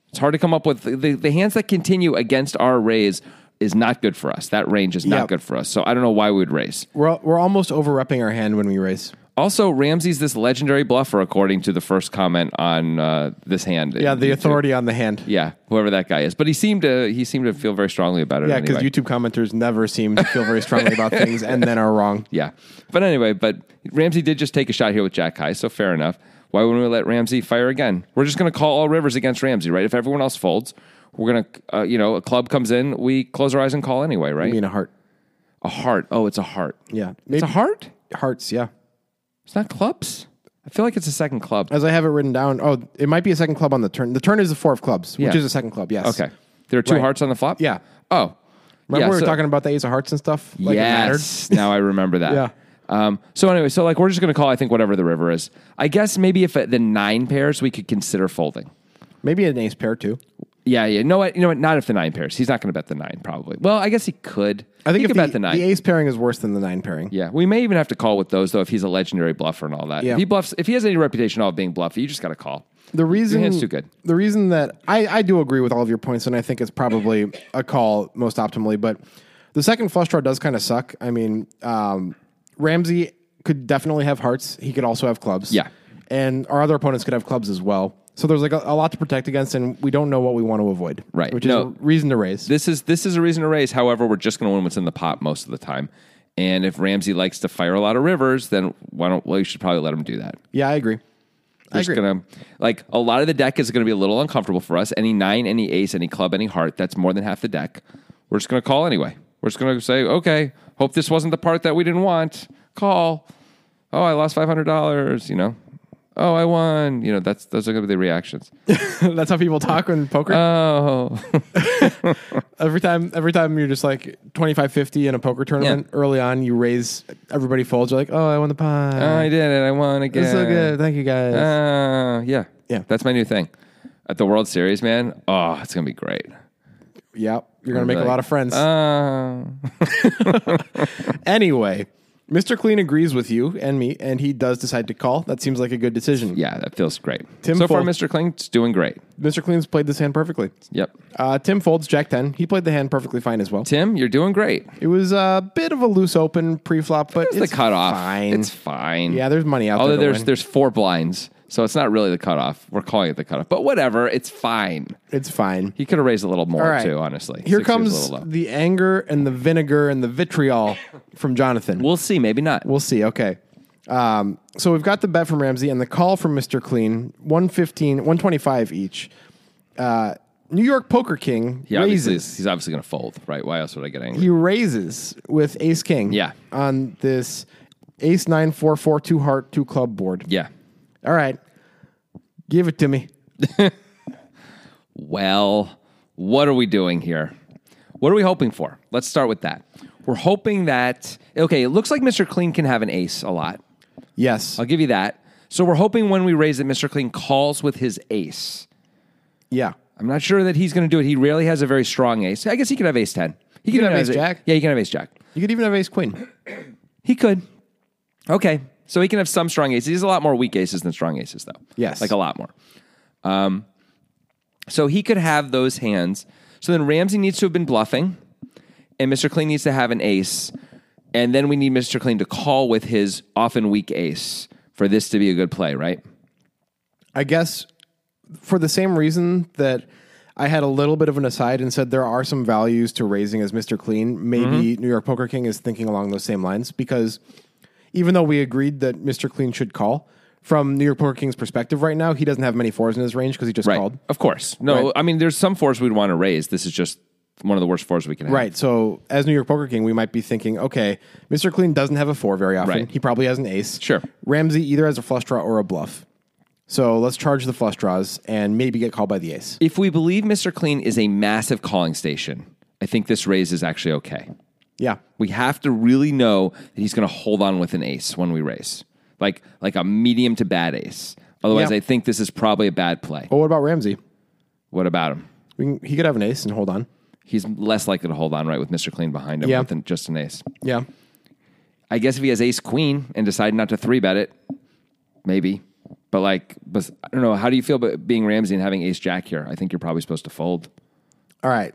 It's hard to come up with the, the, the hands that continue against our raise is not good for us. That range is not
Yep.
good for us. So I don't know why we would raise.
We're, we're almost overrepping our hand when we race.
Also, Ramsey's this legendary bluffer, according to the first comment on uh, this hand.
Yeah, the authority on the hand.
Yeah, whoever that guy is, but he seemed to he seemed to feel very strongly about it.
Yeah, because
anyway.
YouTube commenters never seem to feel very strongly about things and then are wrong.
Yeah. But anyway, but Ramsey did just take a shot here with Jack High, so fair enough. Why wouldn't we let Ramsey fire again? We're just going to call all rivers against Ramsey, right? If everyone else folds, we're going to, uh, you know, a club comes in, we close our eyes and call anyway, right?
I mean, a heart.
a heart. Oh, it's a heart.
Yeah.
It's
Maybe
a heart?
hearts, yeah.
It's not clubs? I feel like it's a second club.
As I have it written down, oh, it might be a second club on the turn. The turn is the four of clubs, which
Yeah.
is a second club, yes.
Okay. There are two
Right.
hearts on the flop?
Yeah.
Oh.
Remember
Yeah,
we were
so-
talking about the ace of hearts and stuff? Like
yes. now I remember that.
Yeah.
Um, so anyway, so like we're just going to call, I think, whatever the river is. I guess maybe if uh, the nine pairs, we could consider folding.
Maybe an ace pair too.
Yeah, yeah. No, what? You know what? Not if the nine pairs. He's not going to bet the nine, probably. Well, I guess he could.
I think
he
if
could
the,
bet the nine.
the ace pairing is worse than the nine pairing.
yeah, we may even have to call with those though if he's a legendary bluffer and all that.
Yeah.
If he bluffs, if he has any reputation at all of being bluffy, you just got to call.
The reason
hand's too good.
The reason that I, I do agree with all of your points, and I think it's probably a call most optimally. But the second flush draw does kind of suck. I mean, um, Ramsey could definitely have hearts. He could also have clubs.
Yeah.
and our other opponents could have clubs as well. So there's like a, a lot to protect against, and we don't know what we want to avoid.
Right.
which is
No.
a reason to raise.
This is this is a reason to raise. However, we're just going to win what's in the pot most of the time. And if Ramsey likes to fire a lot of rivers, then why don't? Well, you should probably let him do that.
yeah, I agree. I
Just
agree.
gonna like a lot of the deck is gonna be a little uncomfortable for us. Any nine, any ace, any club, any heart. That's more than half the deck. We're just gonna call anyway. We're just gonna say, okay, hope this wasn't the part that we didn't want. Call. Oh, I lost five hundred dollars. You know. Oh, I won. You know. That's those are gonna be the reactions.
That's how people talk when poker.
Oh,
Every time, every time you're just like 25 50 in a poker tournament, early on, you raise, everybody folds. You're like, oh, I won the pot.
I did it. I won again.
This is so good. Thank you guys.
Uh, yeah.
Yeah.
That's my new thing. At the World Series, man. Oh, it's gonna be great.
yep. You're going to make
Like,
a lot of friends.
Uh,
anyway, Mr. Clean agrees with you and me, and he does decide to call. That seems like a good decision.
yeah, that feels great.
Tim
so far,
Fold-
Mr. Kling's doing great.
Mr. Clean's played this hand perfectly.
Yep.
Uh, Tim folds Jack 10. He played the hand perfectly fine as well.
Tim, you're doing great.
It was a bit of a loose open pre flop, but
It's,
it's,
the cutoff.
Fine.
It's fine.
yeah, there's money out
Although
there. to
there's
win.
there's four blinds, so it's not really the cutoff. We're calling it the cutoff, but whatever. It's fine.
it's fine.
He could have raised a little more
All right.
too, honestly.
Here
Six was a
comes
little low.
the anger and the vinegar and the vitriol from Jonathan.
We'll see. Maybe not.
We'll see. Okay. Um, so we've got the bet from Ramsey and the call from Mr. Clean, 115, 125 each. Uh, New York Poker King
he obviously
raises.
is, he's obviously going to fold, right? Why else would I get angry?
He raises with Ace King
Yeah.
on this Ace 9 4 4 2 heart 2 club board.
yeah.
All right. Give it to me.
Well, what are we doing here? What are we hoping for? Let's start with that. We're hoping that okay. It looks like Mr. Clean can have an ace a lot.
Yes.
I'll give you that. So we're hoping when we raise that Mr. Clean calls with his ace.
Yeah.
I'm not sure that he's going to do it. He rarely has a very strong ace. I guess he could have ace 10. He, could
can have ace jack.
Yeah, he can have ace jack.
You could even have Ace Queen.
He could. Okay. So he can have some strong aces. He has a lot more weak aces than strong aces, though.
Yes.
Like a lot more. Um, so he could have those hands. So then Ramsey needs to have been bluffing, and Mr. Clean needs to have an ace, and then we need Mr. Clean to call with his often weak ace for this to be a good play, right?
I guess for the same reason that I had a little bit of an aside and said there are some values to raising as Mr. Clean, maybe
Mm-hmm.
New York Poker King is thinking along those same lines because even though we agreed that Mr. Clean should call, from New York Poker King's perspective right now, he doesn't have many fours in his range because he just
Right.
called.
Of course. No,
Right.
I mean there's some fours we'd want to raise. This is just one of the worst fours we can have.
Right. So as New York Poker King, we might be thinking, okay, Mr. Clean doesn't have a four very often.
Right.
He probably has an ace.
Sure.
Ramsey either has a flush draw or a bluff. So let's charge the flush draws and maybe get called by the ace.
If we believe Mr. Clean is a massive calling station, I think this raise is actually okay.
Yeah.
We have to really know that he's going to hold on with an ace when we raise, like like a medium to bad ace. Otherwise,
Yeah.
I think this is probably a bad play.
But what about Ramsey?
What about him?
We can, he could have an ace and hold on.
He's less likely to hold on right with Mr. Clean behind him
Yeah.
than just an ace.
Yeah.
I guess if he has ace queen and decided not to three bet it, maybe. But like, but I don't know. How do you feel about being Ramsey and having ace jack here? I think you're probably supposed to fold.
All right.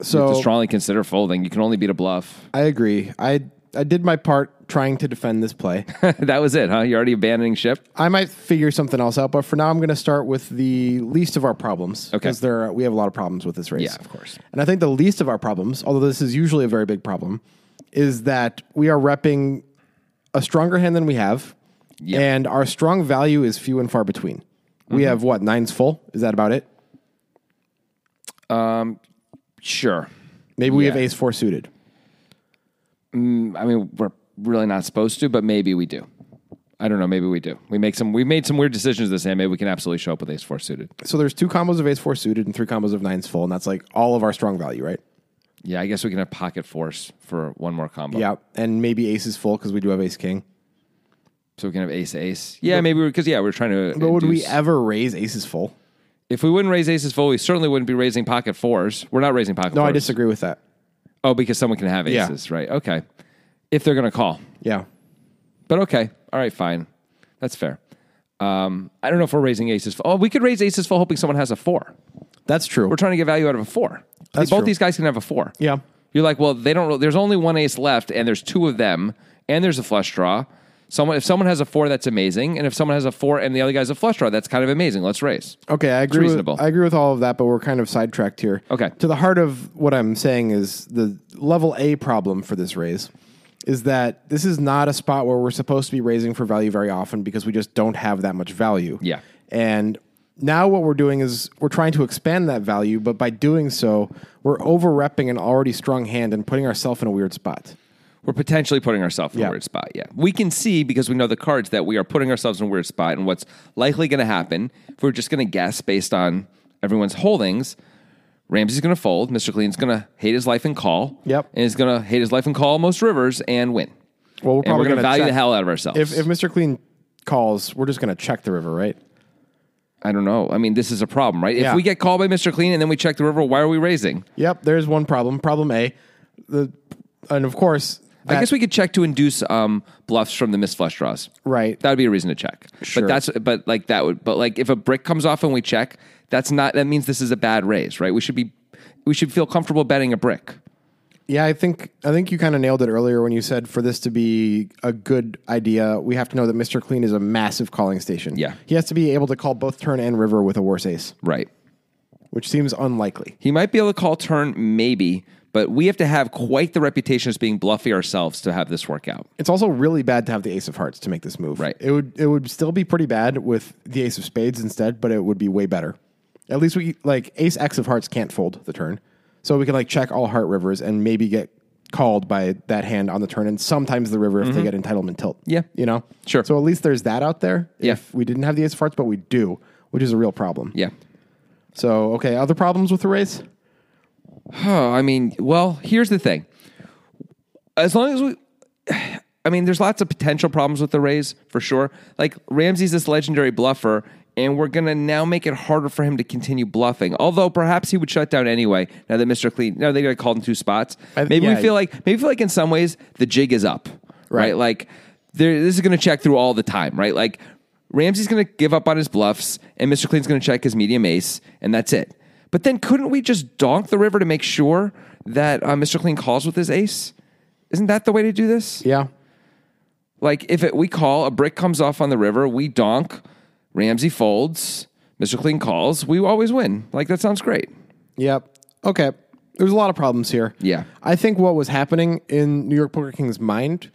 to
So
strongly consider folding. You can only beat a bluff.
I agree. I I did my part trying to defend this play.
that was it, huh? You're already abandoning ship.
I might figure something else out, but for now I'm going to start with the least of our problems
Okay.
because there are, we have a lot of problems with this race.
Yeah, of course.
And I think the least of our problems, although this is usually a very big problem, is that we are repping a stronger hand than we have,
Yep.
and our strong value is few and far between.
Mm-hmm.
We have what nines full? Is that about it?
Sure.
Maybe we have
Yeah.
ace four suited.
I mean, we're really not supposed to, but maybe we do. I don't know. Maybe we do. We make some. We made some weird decisions this hand. Maybe we can absolutely show up with ace four suited.
So there's two combos of ace four suited and three combos of nines full, and that's like all of our strong value, right?
Yeah, I guess we can have pocket force for one more combo.
Yeah, and maybe ace is full because we do have ace king.
So we can have ace ace. Yeah, maybe because yeah, we're trying to.
But would we
induce-
ever raise aces full?
If we wouldn't raise aces full, we certainly wouldn't be raising pocket fours. We're not raising pocket
No,
fours.
I disagree with that.
Oh, because someone can have
Yeah.
aces, right? Okay. If they're going to call.
Yeah.
But okay. All right, fine. That's fair. Um, I don't know if we're raising aces full. Oh, we could raise aces full hoping someone has a four.
That's true.
We're trying to get value out of a four.
That's
Both
true.
these guys can have a four.
Yeah.
You're like, well, they don't. There's only one ace left, and there's two of them, and there's a flush draw. Someone, if someone has a four, that's amazing, and if someone has a four and the other guy's a flush draw, that's kind of amazing. Let's raise.
Okay, I agree.
reasonable.
With, I agree with all of that, but we're kind of sidetracked here.
Okay.
To the heart of what I'm saying is the level A problem for this raise is that this is not a spot where we're supposed to be raising for value very often because we just don't have that much value.
Yeah.
And now what we're doing is we're trying to expand that value, but by doing so, we're overrepping an already strong hand and putting ourselves in a weird spot.
We're potentially putting ourselves in a
Yeah.
weird spot. Yeah, we can see because we know the cards that we are putting ourselves in a weird spot, and what's likely going to happen. If we're just going to guess based on everyone's holdings, Ramsey's going to fold. Mister Clean's going to hate his life and call.
Yep.
and he's going to hate his life and call most rivers and win.
Well, we're
and we're going
probably
to
gonna
value
check-
the hell out of ourselves.
If, if Mr. Clean calls, we're just going to check the river, right?
I don't know. I mean, this is a problem, right? If
Yeah.
we get called by Mr. Clean and then we check the river, why are we raising?
Yep, there's one problem. Problem A, the and of course,
I guess we could check to induce um, bluffs from the missed flush draws.
Right.
That would be a reason to check.
Sure.
But that's but like that would but like if a brick comes off and we check, that's not that means this is a bad raise, right? We should be we should feel comfortable betting a brick.
yeah, I think I think you kind of nailed it earlier when you said for this to be a good idea, we have to know that Mr. Clean is a massive calling station.
Yeah.
he has to be able to call both turn and river with a worse ace,
Right.
which seems unlikely.
He might be able to call turn maybe, but we have to have quite the reputation as being bluffy ourselves to have this work out.
It's also really bad to have the ace of hearts to make this move.
Right.
It would it would still be pretty bad with the ace of spades instead, but it would be way better. At least we like ace x of hearts can't fold the turn. So we can like check all heart rivers and maybe get called by that hand on the turn and sometimes the river if they get entitlement tilt.
Mm-hmm. Yeah.
You know?
Sure.
So at least there's that out there.
Yeah.
If we didn't have the ace of hearts, but we do, which is a real problem.
Yeah.
So okay, other problems with the race?
Oh, I mean, well, here's the thing. As long as we, I mean, there's lots of potential problems with the Rays for sure. Like Ramsey's this legendary bluffer, and we're gonna now make it harder for him to continue bluffing. Although perhaps he would shut down anyway. Now that Mister Clean, now they got called in two spots.
I-
Maybe
yeah.
we feel like maybe we feel like in some ways the jig is up, right?
Right.
Like there, this is gonna check through all the time, right? Like Ramsey's gonna give up on his bluffs, and Mister Clean's gonna check his medium ace, and that's it. But then couldn't we just donk the river to make sure that uh, Mr. Clean calls with his ace? Isn't that the way to do this?
Yeah.
Like if it, we call, a brick comes off on the river, we donk, Ramsey folds, Mr. Clean calls, we always win. Like that sounds great.
Yep. Okay. There was a lot of problems here.
Yeah.
I think what was happening in New York Poker King's mind,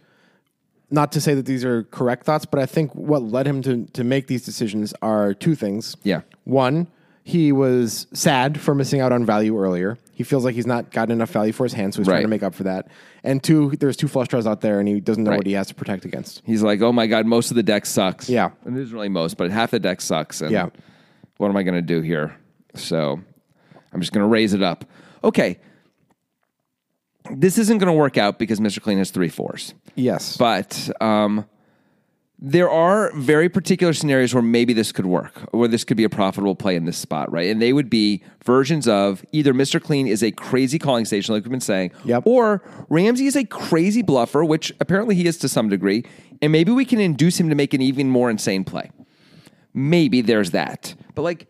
not to say that these are correct thoughts, but I think what led him to, to make these decisions are two things.
Yeah.
One, he was sad for missing out on value earlier. He feels like he's not gotten enough value for his hand, so he's
Right.
trying to make up for that. And two, there's two flush draws out there, and he doesn't know
Right.
what he has to protect against.
He's like, oh my God, most of the deck sucks.
Yeah.
And it isn't really most, but half the deck sucks. And
Yeah.
what am I going to do here? So I'm just going to raise it up. Okay. This isn't going to work out because Mr. Clean has three fours.
Yes.
But um, there are very particular scenarios where maybe this could work, where this could be a profitable play in this spot, right? And they would be versions of either Mr. Clean is a crazy calling station, like we've been saying,
Yep.
or Ramsey is a crazy bluffer, which apparently he is to some degree, and maybe we can induce him to make an even more insane play. Maybe there's that. But like,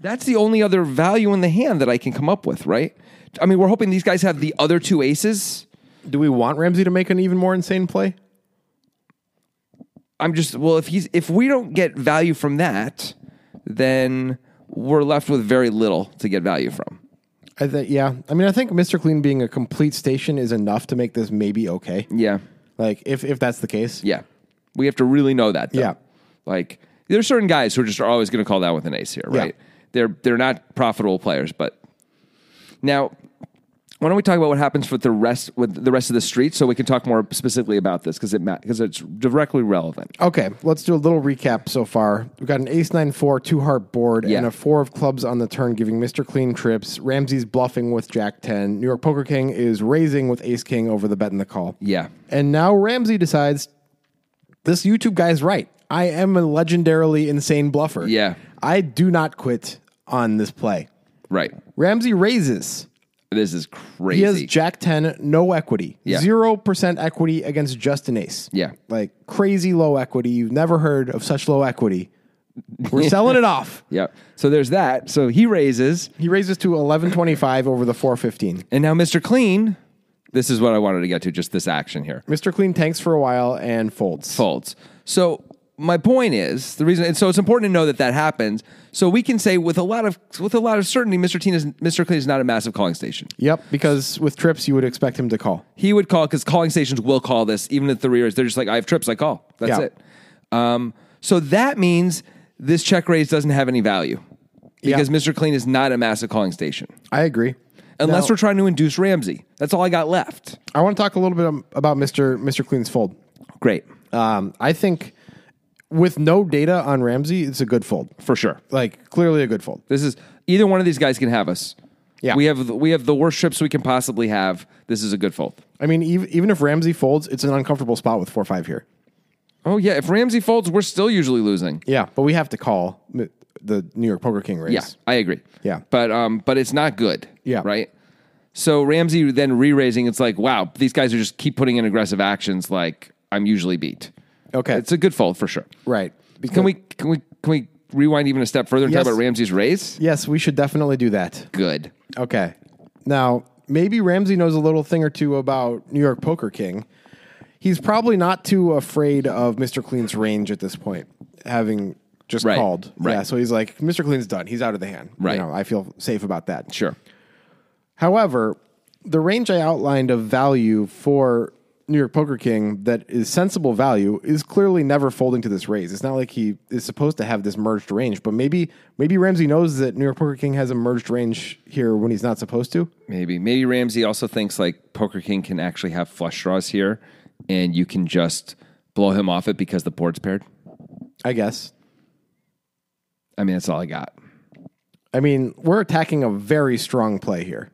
that's the only other value in the hand that I can come up with, right? I mean, we're hoping these guys have the other two aces.
do we want Ramsey to make an even more insane play?
I'm just well if he's if we don't get value from that, then we're left with very little to get value from.
I think, yeah. I mean, I think Mr. Clean being a complete station is enough to make this maybe okay.
Yeah.
Like, if, if that's the case.
Yeah. We have to really know that. Though.
Yeah.
Like there's certain guys who are just always going to call down with an ace here,
Yeah.
right? They're they're not profitable players, but now why don't we talk about what happens with the rest with the rest of the street so we can talk more specifically about this because it because it's directly relevant.
Okay, let's do a little recap so far. We've got an ace nine four, two heart board,
Yeah.
and a four of clubs on the turn, giving Mr. Clean trips. Ramsey's bluffing with Jack 10. New York Poker King is raising with Ace King over the bet and the call.
Yeah.
And now Ramsey decides this YouTube guy's right. I am a legendarily insane bluffer.
Yeah.
I do not quit on this play.
Right.
Ramsey raises.
This is crazy.
He has Jack 10, no equity.
Yeah.
0% equity against just an ace.
Yeah.
Like crazy low equity. You've never heard of such low equity. We're selling it off.
yeah. So there's that. So he raises
He raises to 1125 over the 415.
And now, Mr. Clean, this is what I wanted to get to just this action here
Mr. Clean tanks for a while and folds.
folds. So, my point is the reason, and so it's important to know that that happens. So we can say with a lot of with a lot of certainty, Mr. Teen is, Mr. Clean is not a massive calling station.
Yep, because with trips you would expect him to call.
He would call because calling stations will call this, even if the rear is. They're just like, I have trips, I call. That's
Yeah.
it. Um, so that means this check raise doesn't have any value
Yeah.
because Mr. Clean is not a massive calling station
I agree.
unless
Now-
we're trying to induce Ramsey. That's all I got left.
I want to talk a little bit um, about Mr. Mr. Clean's fold.
Great
Um, I think with no data on Ramsey, it's a good fold.
for sure.
Like clearly a good fold.
This is either one of these guys can have us.
Yeah.
we have we have the worst trips we can possibly have. This is a good fold.
I mean, even, even if Ramsey folds, it's an uncomfortable spot with four five here.
Oh yeah, if Ramsey folds, we're still usually losing.
Yeah, but we have to call m- the New York Poker King race.
Yeah, I agree.
Yeah.
but um, but it's not good.
Yeah.
right. So Ramsey then re-raising. It's like wow, these guys are just keep putting in aggressive actions. Like I'm usually beat.
Okay.
It's a good fold for sure.
right. Because,
Can we can we can we rewind even a step further and
Yes.
talk about Ramsey's raise?
Yes, we should definitely do that.
Good.
Okay. Now, maybe Ramsey knows a little thing or two about New York Poker King. He's probably not too afraid of Mr. Clean's range at this point, having just
Right,
called.
right.
Yeah, so he's like, Mr. Clean's done. He's out of the hand. You
Right.
know, I feel safe about that.
Sure.
However, the range I outlined of value for New York Poker King that is sensible value is clearly never folding to this raise. It's not like he is supposed to have this merged range, but maybe maybe Ramsey knows that New York Poker King has a merged range here when he's not supposed to.
Maybe. Maybe Ramsey also thinks like Poker King can actually have flush draws here and you can just blow him off it because the board's paired.
I guess.
I mean, that's all I got.
I mean, we're attacking a very strong play here.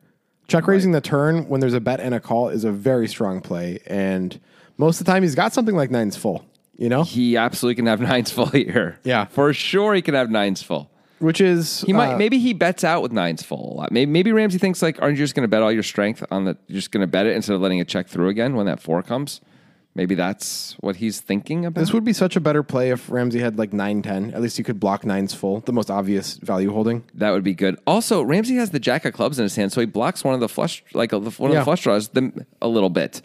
Chuck raising the turn when there's a bet and a call is a very strong play, and most of the time he's got something like nines full, you know,
He absolutely can have nines full here.
Yeah.
For sure he can have nines full.
which is
He might
uh,
maybe he bets out with nines full a lot. Maybe, maybe Ramsey thinks like, aren't you just gonna bet all your strength on the you're just gonna bet it instead of letting it check through again when that four comes? Maybe that's what he's thinking about.
This would be such a better play if Ramsey had like 9 10. At least you could block nines full, the most obvious value holding.
That would be good. Also, Ramsey has the jack of clubs in his hand, so he blocks one of the flush, like uh, the- one of
Yeah.
the flush draws, them a little bit.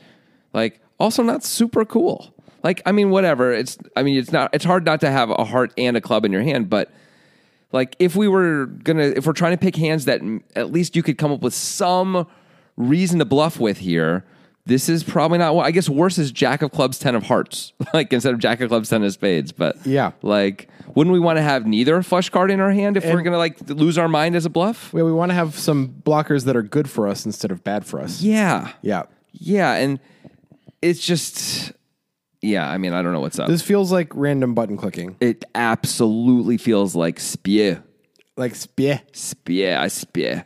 Like, also not super cool. Like, I mean, whatever. It's, I mean, it's not. It's hard not to have a heart and a club in your hand, but like, if we were gonna, if we're trying to pick hands that mm, at least you could come up with some reason to bluff with here. This is probably not. Well, I guess worse is Jack of Clubs, Ten of Hearts, like instead of Jack of Clubs, Ten of Spades. But
Yeah.
like, wouldn't we want to have neither flush card in our hand if we're gonna like lose our mind as a bluff?
We, we want to have some blockers that are good for us instead of bad for us.
Yeah.
Yeah.
Yeah. And it's just yeah, I mean, I don't know what's up.
This feels like random button clicking.
it absolutely feels like spear.
Like, yeah.
Spear, I spear.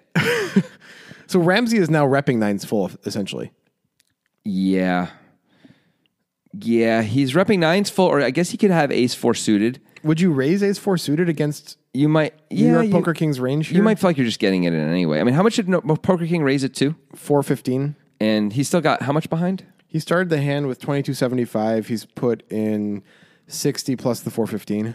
So Ramsey is now repping nines full, essentially.
Yeah. Yeah, he's repping nines full, or I guess he could have ace four suited.
Would you raise ace four suited against
You might,
New
yeah,
York
you,
Poker Kings range here?
you might feel like you're just getting it in anyway. I mean, how much did no, Poker King raise it to?
415.
And he's still got how much behind?
He started the hand with 2275. He's put in 60 plus the 415.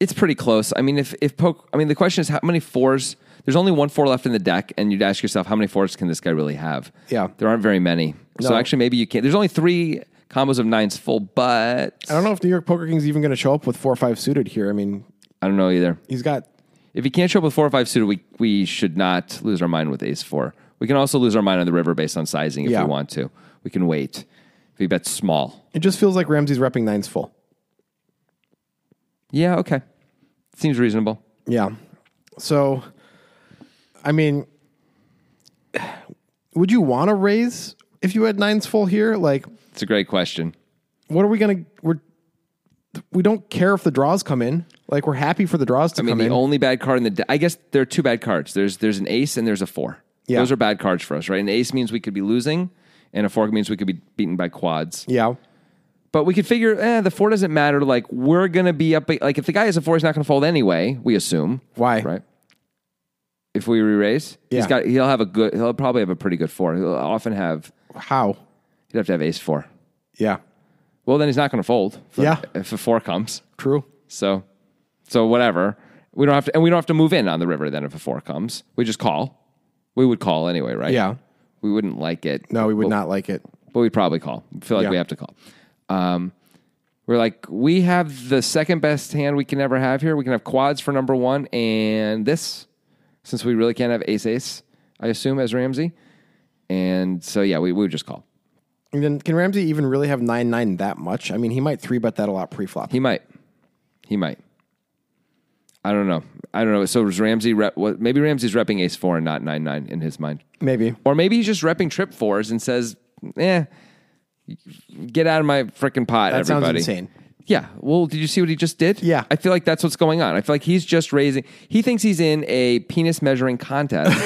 it's pretty close. I mean, if if poke, I mean, the question is how many fours. There's only one four left in the deck, and you'd ask yourself how many fours can this guy really have?
Yeah.
there aren't very many. So
No.
actually, maybe you can't. There's only three combos of nines full, but
I don't know if New York Poker King's even going to show up with four or five suited here. I mean,
I don't know either.
he's got
If he can't show up with four or five suited, we we should not lose our mind with ace four. We can also lose our mind on the river based on sizing if
Yeah.
we want to. We can wait. If we bet small,
It just feels like Ramsey's repping nines full.
yeah, okay, seems reasonable.
Yeah. So, I mean, would you want to raise if you had nines full here? Like,
It's a great question.
what are we gonna? We're we don't care if the draws come in. Like, we're happy for the draws to
I mean,
come
the
in.
only bad card in the de- I guess there are two bad cards. There's there's an ace and there's a four.
Yeah.
Those are bad cards for us, right? An ace means we could be losing, and a four means we could be beaten by quads.
yeah.
But we could figure, eh, the four doesn't matter. Like we're gonna be up. Like if the guy has a four, he's not gonna fold anyway. We assume.
Why?
Right. If we re-raise, he's
Yeah.
got. He'll have a good. He'll probably have a pretty good four. He'll often have.
How?
He'd have to have ace four.
Yeah.
Well, then he's not gonna fold. if-
Yeah.
If a four comes.
True.
So, so whatever. We don't have to, and we don't have to move in on the river then if a four comes. We just call. We would call anyway, right?
Yeah.
We wouldn't like it.
No, we would
but,
not like it.
But we'd probably call. We feel like
Yeah.
we have to call. Um, we're like, we have the second best hand we can ever have here. We can have quads for number one and this, since we really can't have ace ace, I assume, as Ramsey. And so, yeah, we, we would just call.
And then, can Ramsey even really have nine nine that much? I mean, he might three bet that a lot pre flop.
He might. He might. I don't know. I don't know. So is Ramsey rep? What, maybe Ramsey's repping ace four and not nine nine in his mind,
Maybe.
or maybe he's just repping trip fours and says, "Eh, get out of my freaking pot,
That sounds
everybody."
insane.
Yeah. Well, did you see what he just did?
Yeah.
I feel like that's what's going on. I feel like he's just raising. He thinks he's in a penis measuring contest,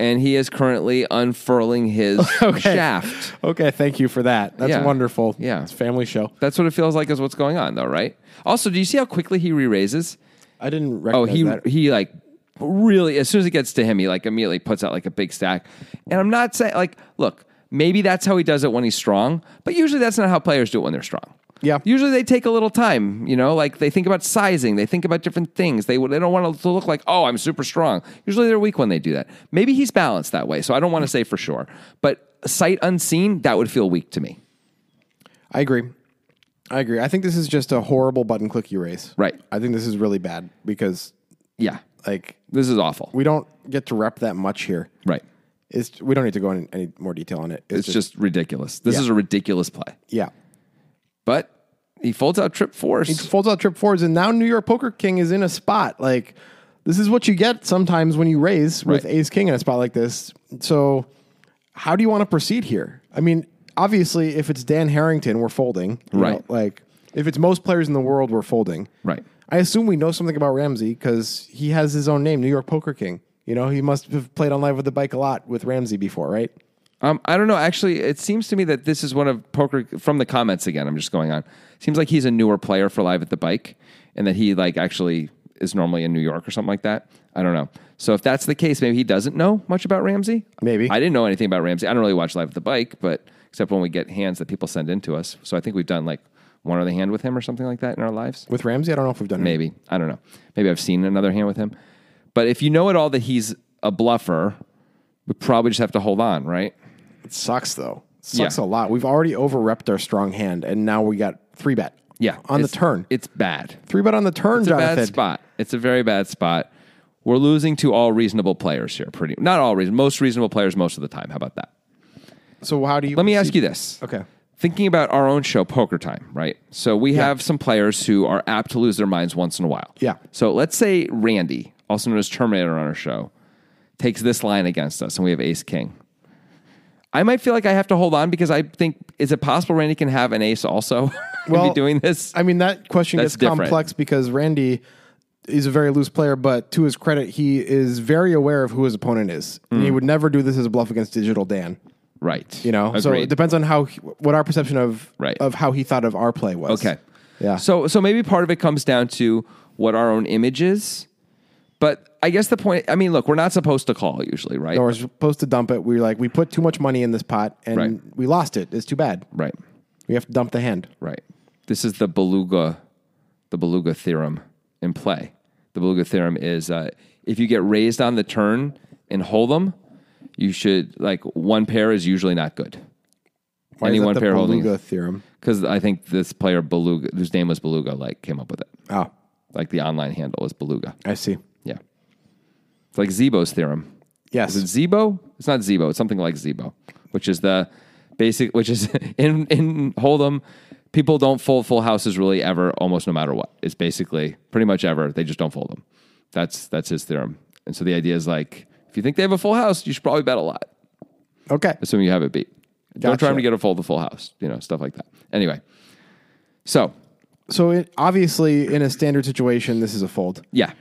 and he is currently unfurling his shaft.
Okay, thank you for that. That's
Yeah.
wonderful.
Yeah.
It's a family show.
That's what it feels like is what's going on, though, right? Also, do you see how quickly he re raises?
I didn't
Oh,
recognize
he
that.
he like really as soon as it gets to him, he like immediately puts out like a big stack. And I'm not saying like, look, maybe that's how he does it when he's strong, but usually that's not how players do it when they're strong.
Yeah.
Usually they take a little time, you know, like they think about sizing, they think about different things. They they don't want to look like, oh, I'm super strong. Usually they're weak when they do that. Maybe he's balanced that way, so I don't want to say for sure. But sight unseen, that would feel weak to me.
I agree. I agree. I think this is just a horrible button clicky race.
Right.
I think this is really bad because
Yeah.
like
This is awful.
we don't get to rep that much here.
right.
It's we don't need to go in any more detail on it.
It's just ridiculous. This
Yeah.
is a ridiculous play.
yeah.
But he folds out trip force.
Folds out trip fours and now New York Poker King is in a spot. Like this is what you get sometimes when you raise with
Right.
Ace King in a spot like this. So how do you want to proceed here? I mean, obviously if it's Dan Harrington, we're folding. you
Right.
know, like if it's most players in the world, we're folding.
right.
I assume we know something about Ramsey because he has his own name, New York Poker King. You know, he must have played on Live with the Bike a lot with Ramsey before, right?
Um, I don't know. Actually, it seems to me that this is one of poker from the comments again. I'm just going on. Seems like he's a newer player for Live at the Bike, and that he like actually is normally in New York or something like that. I don't know. So if that's the case, maybe he doesn't know much about Ramsey.
Maybe.
I didn't know anything about Ramsey. I don't really watch Live at the Bike, but except when we get hands that people send in to us. So I think we've done like one other hand with him or something like that in our lives.
With Ramsey, I don't know if we've done it.
Maybe. I don't know. Maybe I've seen another hand with him. But if you know at all that he's a bluffer, we probably just have to hold on, right?
It sucks though. It sucks
Yeah.
a lot. We've already overrepped our strong hand, and now we got three bet.
Yeah.
on the
It's-
turn.
It's bad.
three bet on the turn,
It's a
Jonathan.
bad spot. It's a very bad spot. We're losing to all reasonable players here. Pretty not all reason, most reasonable players most of the time. How about that?
So how do you?
Let me ask you this.
Okay.
Thinking about our own show, Poker Time, right? So we have some players who are apt to lose their minds once in a while.
Yeah.
So let's say Randy, also known as Terminator on our show, takes this line against us and we have Ace King. I might feel like I have to hold on because I think is it possible Randy can have an ace also and
Well,
be doing this?
I mean, that question
That's
gets
different.
complex because Randy is a very loose player, but to his credit, he is very aware of who his opponent is.
Mm.
And he would never do this as a bluff against Digital Dan.
right.
You know, so it
Agreed.
depends on how he- what our perception of
Right.
of how he thought of our play was.
Okay.
Yeah.
So so maybe part of it comes down to what our own image is. But I guess the point I mean, look, we're not supposed to call usually, right?
Or we're supposed to dump it. We were like, we put too much money in this pot and
Right.
we lost it. It's too bad.
Right.
We have to dump the hand.
Right. This is the beluga the beluga theorem in play. The beluga theorem is uh, if you get raised on the turn and hold them, you should like one pair is usually not good.
Why
Any
is that
one
the
pair holding
Beluga theorem.
because I think this player beluga whose name was beluga like came up with it.
Oh,
Like the online handle is beluga.
I see.
Yeah. It's like Zebo's theorem.
Yes.
Is it Zebo? It's not Zebo. It's something like Zebo, which is the basic, which is in, in Hold'em, people don't fold full houses really ever, almost no matter what. It's basically pretty much ever. They just don't fold them. That's, that's his theorem. And so the idea is like, if you think they have a full house, you should probably bet a lot,
Okay.
assuming you have it beat. Don't try
Gotcha.
to get a fold the full house, you know, stuff like that. Anyway, so
So it, obviously, in a standard situation, this is a fold.
yeah.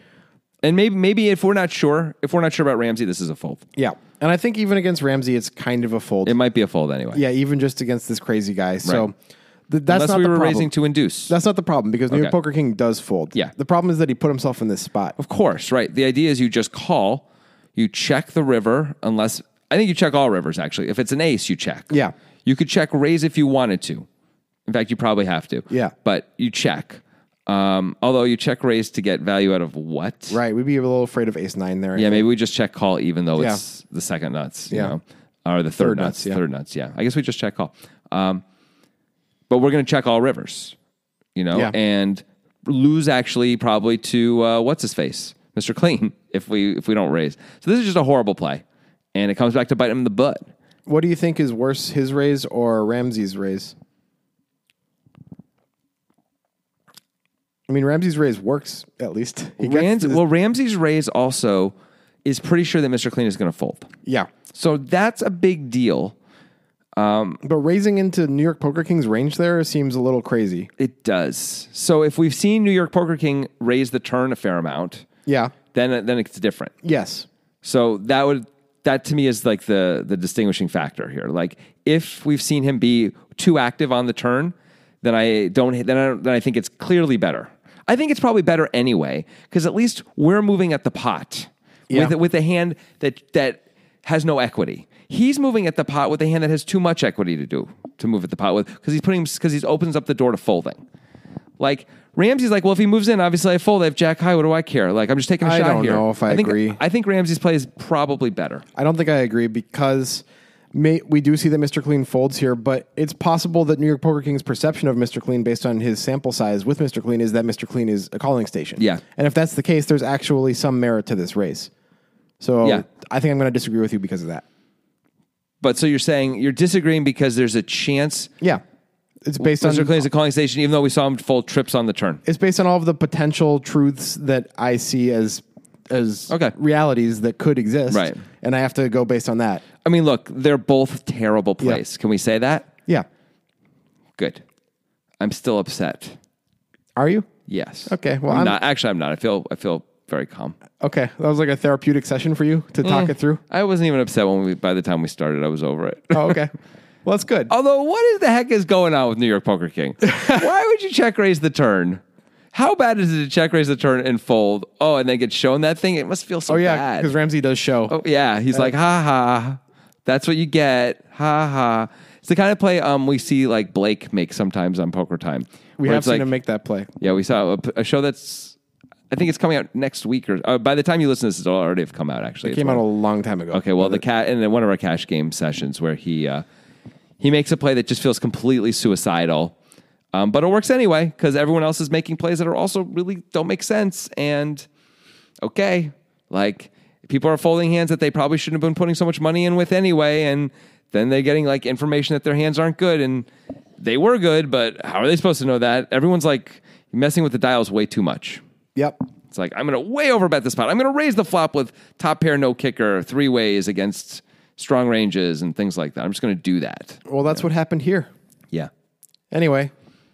And maybe, maybe if we're not sure, if we're not sure about Ramsey, this is a fold.
Yeah. And I think even against Ramsey, it's kind of a fold.
It might be a fold anyway.
yeah, even just against this crazy guy. So
Right.
th- that's
Unless
not
we
the
were
problem.
raising to induce.
that's not the problem because New
Okay.
York Poker King does fold.
Yeah.
The problem is that he put himself in this spot.
Of course, right. The idea is you just call, you check the river, unless I think you check all rivers actually. If it's an ace, you check.
Yeah.
You could check raise if you wanted to. In fact, you probably have to.
Yeah.
But you check. Um, although you check raise to get value out of what?
Right. We'd be a little afraid of ace nine there.
Yeah, maybe we just check call even though
Yeah.
it's the second nuts, you
Yeah.
know, or the third,
Third
nuts,
nuts, yeah.
third nuts. Yeah, I guess we just check call. Um, but we're going to check all rivers, you know,
Yeah.
and lose actually probably to uh, what's his face, Mister Clean, if we if we don't raise. So this is just a horrible play, and it comes back to bite him in the butt.
What do you think is worse, his raise or Ramsey's raise? I mean, Ramsey's raise works at least. He gets
Rams-
his-
well, Ramsey's raise also is pretty sure that Mister Clean is going to fold.
yeah,
So that's a big deal.
but raising into New York Poker King's range there seems a little crazy.
It does. So if we've seen New York Poker King raise the turn a fair amount,
Yeah.
then then it's different.
Yes.
So that would that to me is like the the distinguishing factor here. Like if we've seen him be too active on the turn, then I don't then I don't, then I think it's clearly better. I think it's probably better anyway because at least we're moving at the pot
Yeah.
with with a hand that that has no equity. He's moving at the pot with a hand that has too much equity to do to move at the pot with because he's putting because he opens up the door to folding. Like Ramsey's like, well, if he moves in, obviously I fold. I have Jack High. What do I care? Like I'm just taking a
I
shot
don't
here.
know if I
think-
agree.
I think Ramsey's play is probably better.
I don't think I agree because may, we do see that Mr. Clean folds here, but it's possible that New York Poker King's perception of Mr. Clean based on his sample size with Mr. Clean is that Mr. Clean is a calling station.
Yeah.
And if that's the case, there's actually some merit to this race. So
Yeah.
I think I'm going to disagree with you because of that.
But so you're saying you're disagreeing because there's a chance
Yeah. It's based on
Mr. Clean's a calling station, even though we saw him fold trips on the turn.
it's based on all of the potential truths that I see as as
Okay.
realities that could exist.
Right.
And I have to go based on that.
I mean, look, they're both terrible plays. Can we say that?
Yeah.
Good. I'm still upset.
Are you?
Yes.
Okay, well,
I'm,
I'm-
not. Actually, I'm not. I feel. I feel very calm.
Okay. That was like a therapeutic session for you to
Mm.
talk it through.
I wasn't even upset when we. By the time we started, I was over it.
Oh, okay. Well, that's
Oh,
good.
Although, what is the heck is going on with New York Poker King? Why would you check raise the turn? How bad is it to check raise the turn and fold? Oh, and then get shown that thing? It must feel so
Oh yeah,
bad.
because Ramsey does show.
Oh yeah, he's like ha ha. That's what you get. Ha ha. It's the kind of play um we see like Blake make sometimes on Poker Time.
we
where
have
it's
seen
like-
him make that play.
Yeah, we saw a, a show that's. I think it's coming out next week, or uh, by the time you listen to this, it'll already have come out. Actually,
It came out a long time ago.
Okay, well, the cat in one of our cash game sessions where he uh, he makes a play that just feels completely suicidal, um, but it works anyway because everyone else is making plays that are also really don't make sense. And okay, like people are folding hands that they probably shouldn't have been putting so much money in with anyway, and then they're getting like information that their hands aren't good and they were good, but how are they supposed to know that? Everyone's like messing with the dials way too much.
Yep.
It's like I'm going to way over bet this pot. I'm going to raise the flop with top pair no kicker three ways against strong ranges and things like that. I'm just going to do that.
Well, that's what happened here.
Yeah.
Anyway,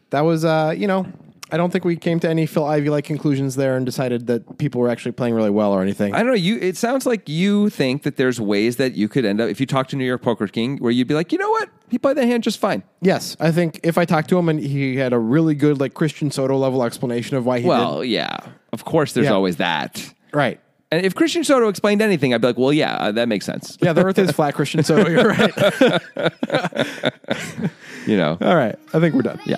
that was uh, you know, I don't think we came to any Phil Ivy like conclusions there and decided that people were actually playing really well or anything.
I don't know. You. It sounds like you think that there's ways that you could end up if you talk to New York Poker King, where you'd be like, you know what, he played that hand just fine.
yes, I think if I talked to him and he had a really good like Christian Soto level explanation of why he
Well, yeah. Of course, there's
Yeah.
always that.
did right.
And if Christian Soto explained anything, I'd be like, well, yeah, uh, that makes sense.
Yeah, the earth is flat, Christian Soto. You're right.
You know.
All right, I think we're done.
Yeah.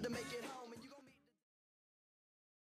to make.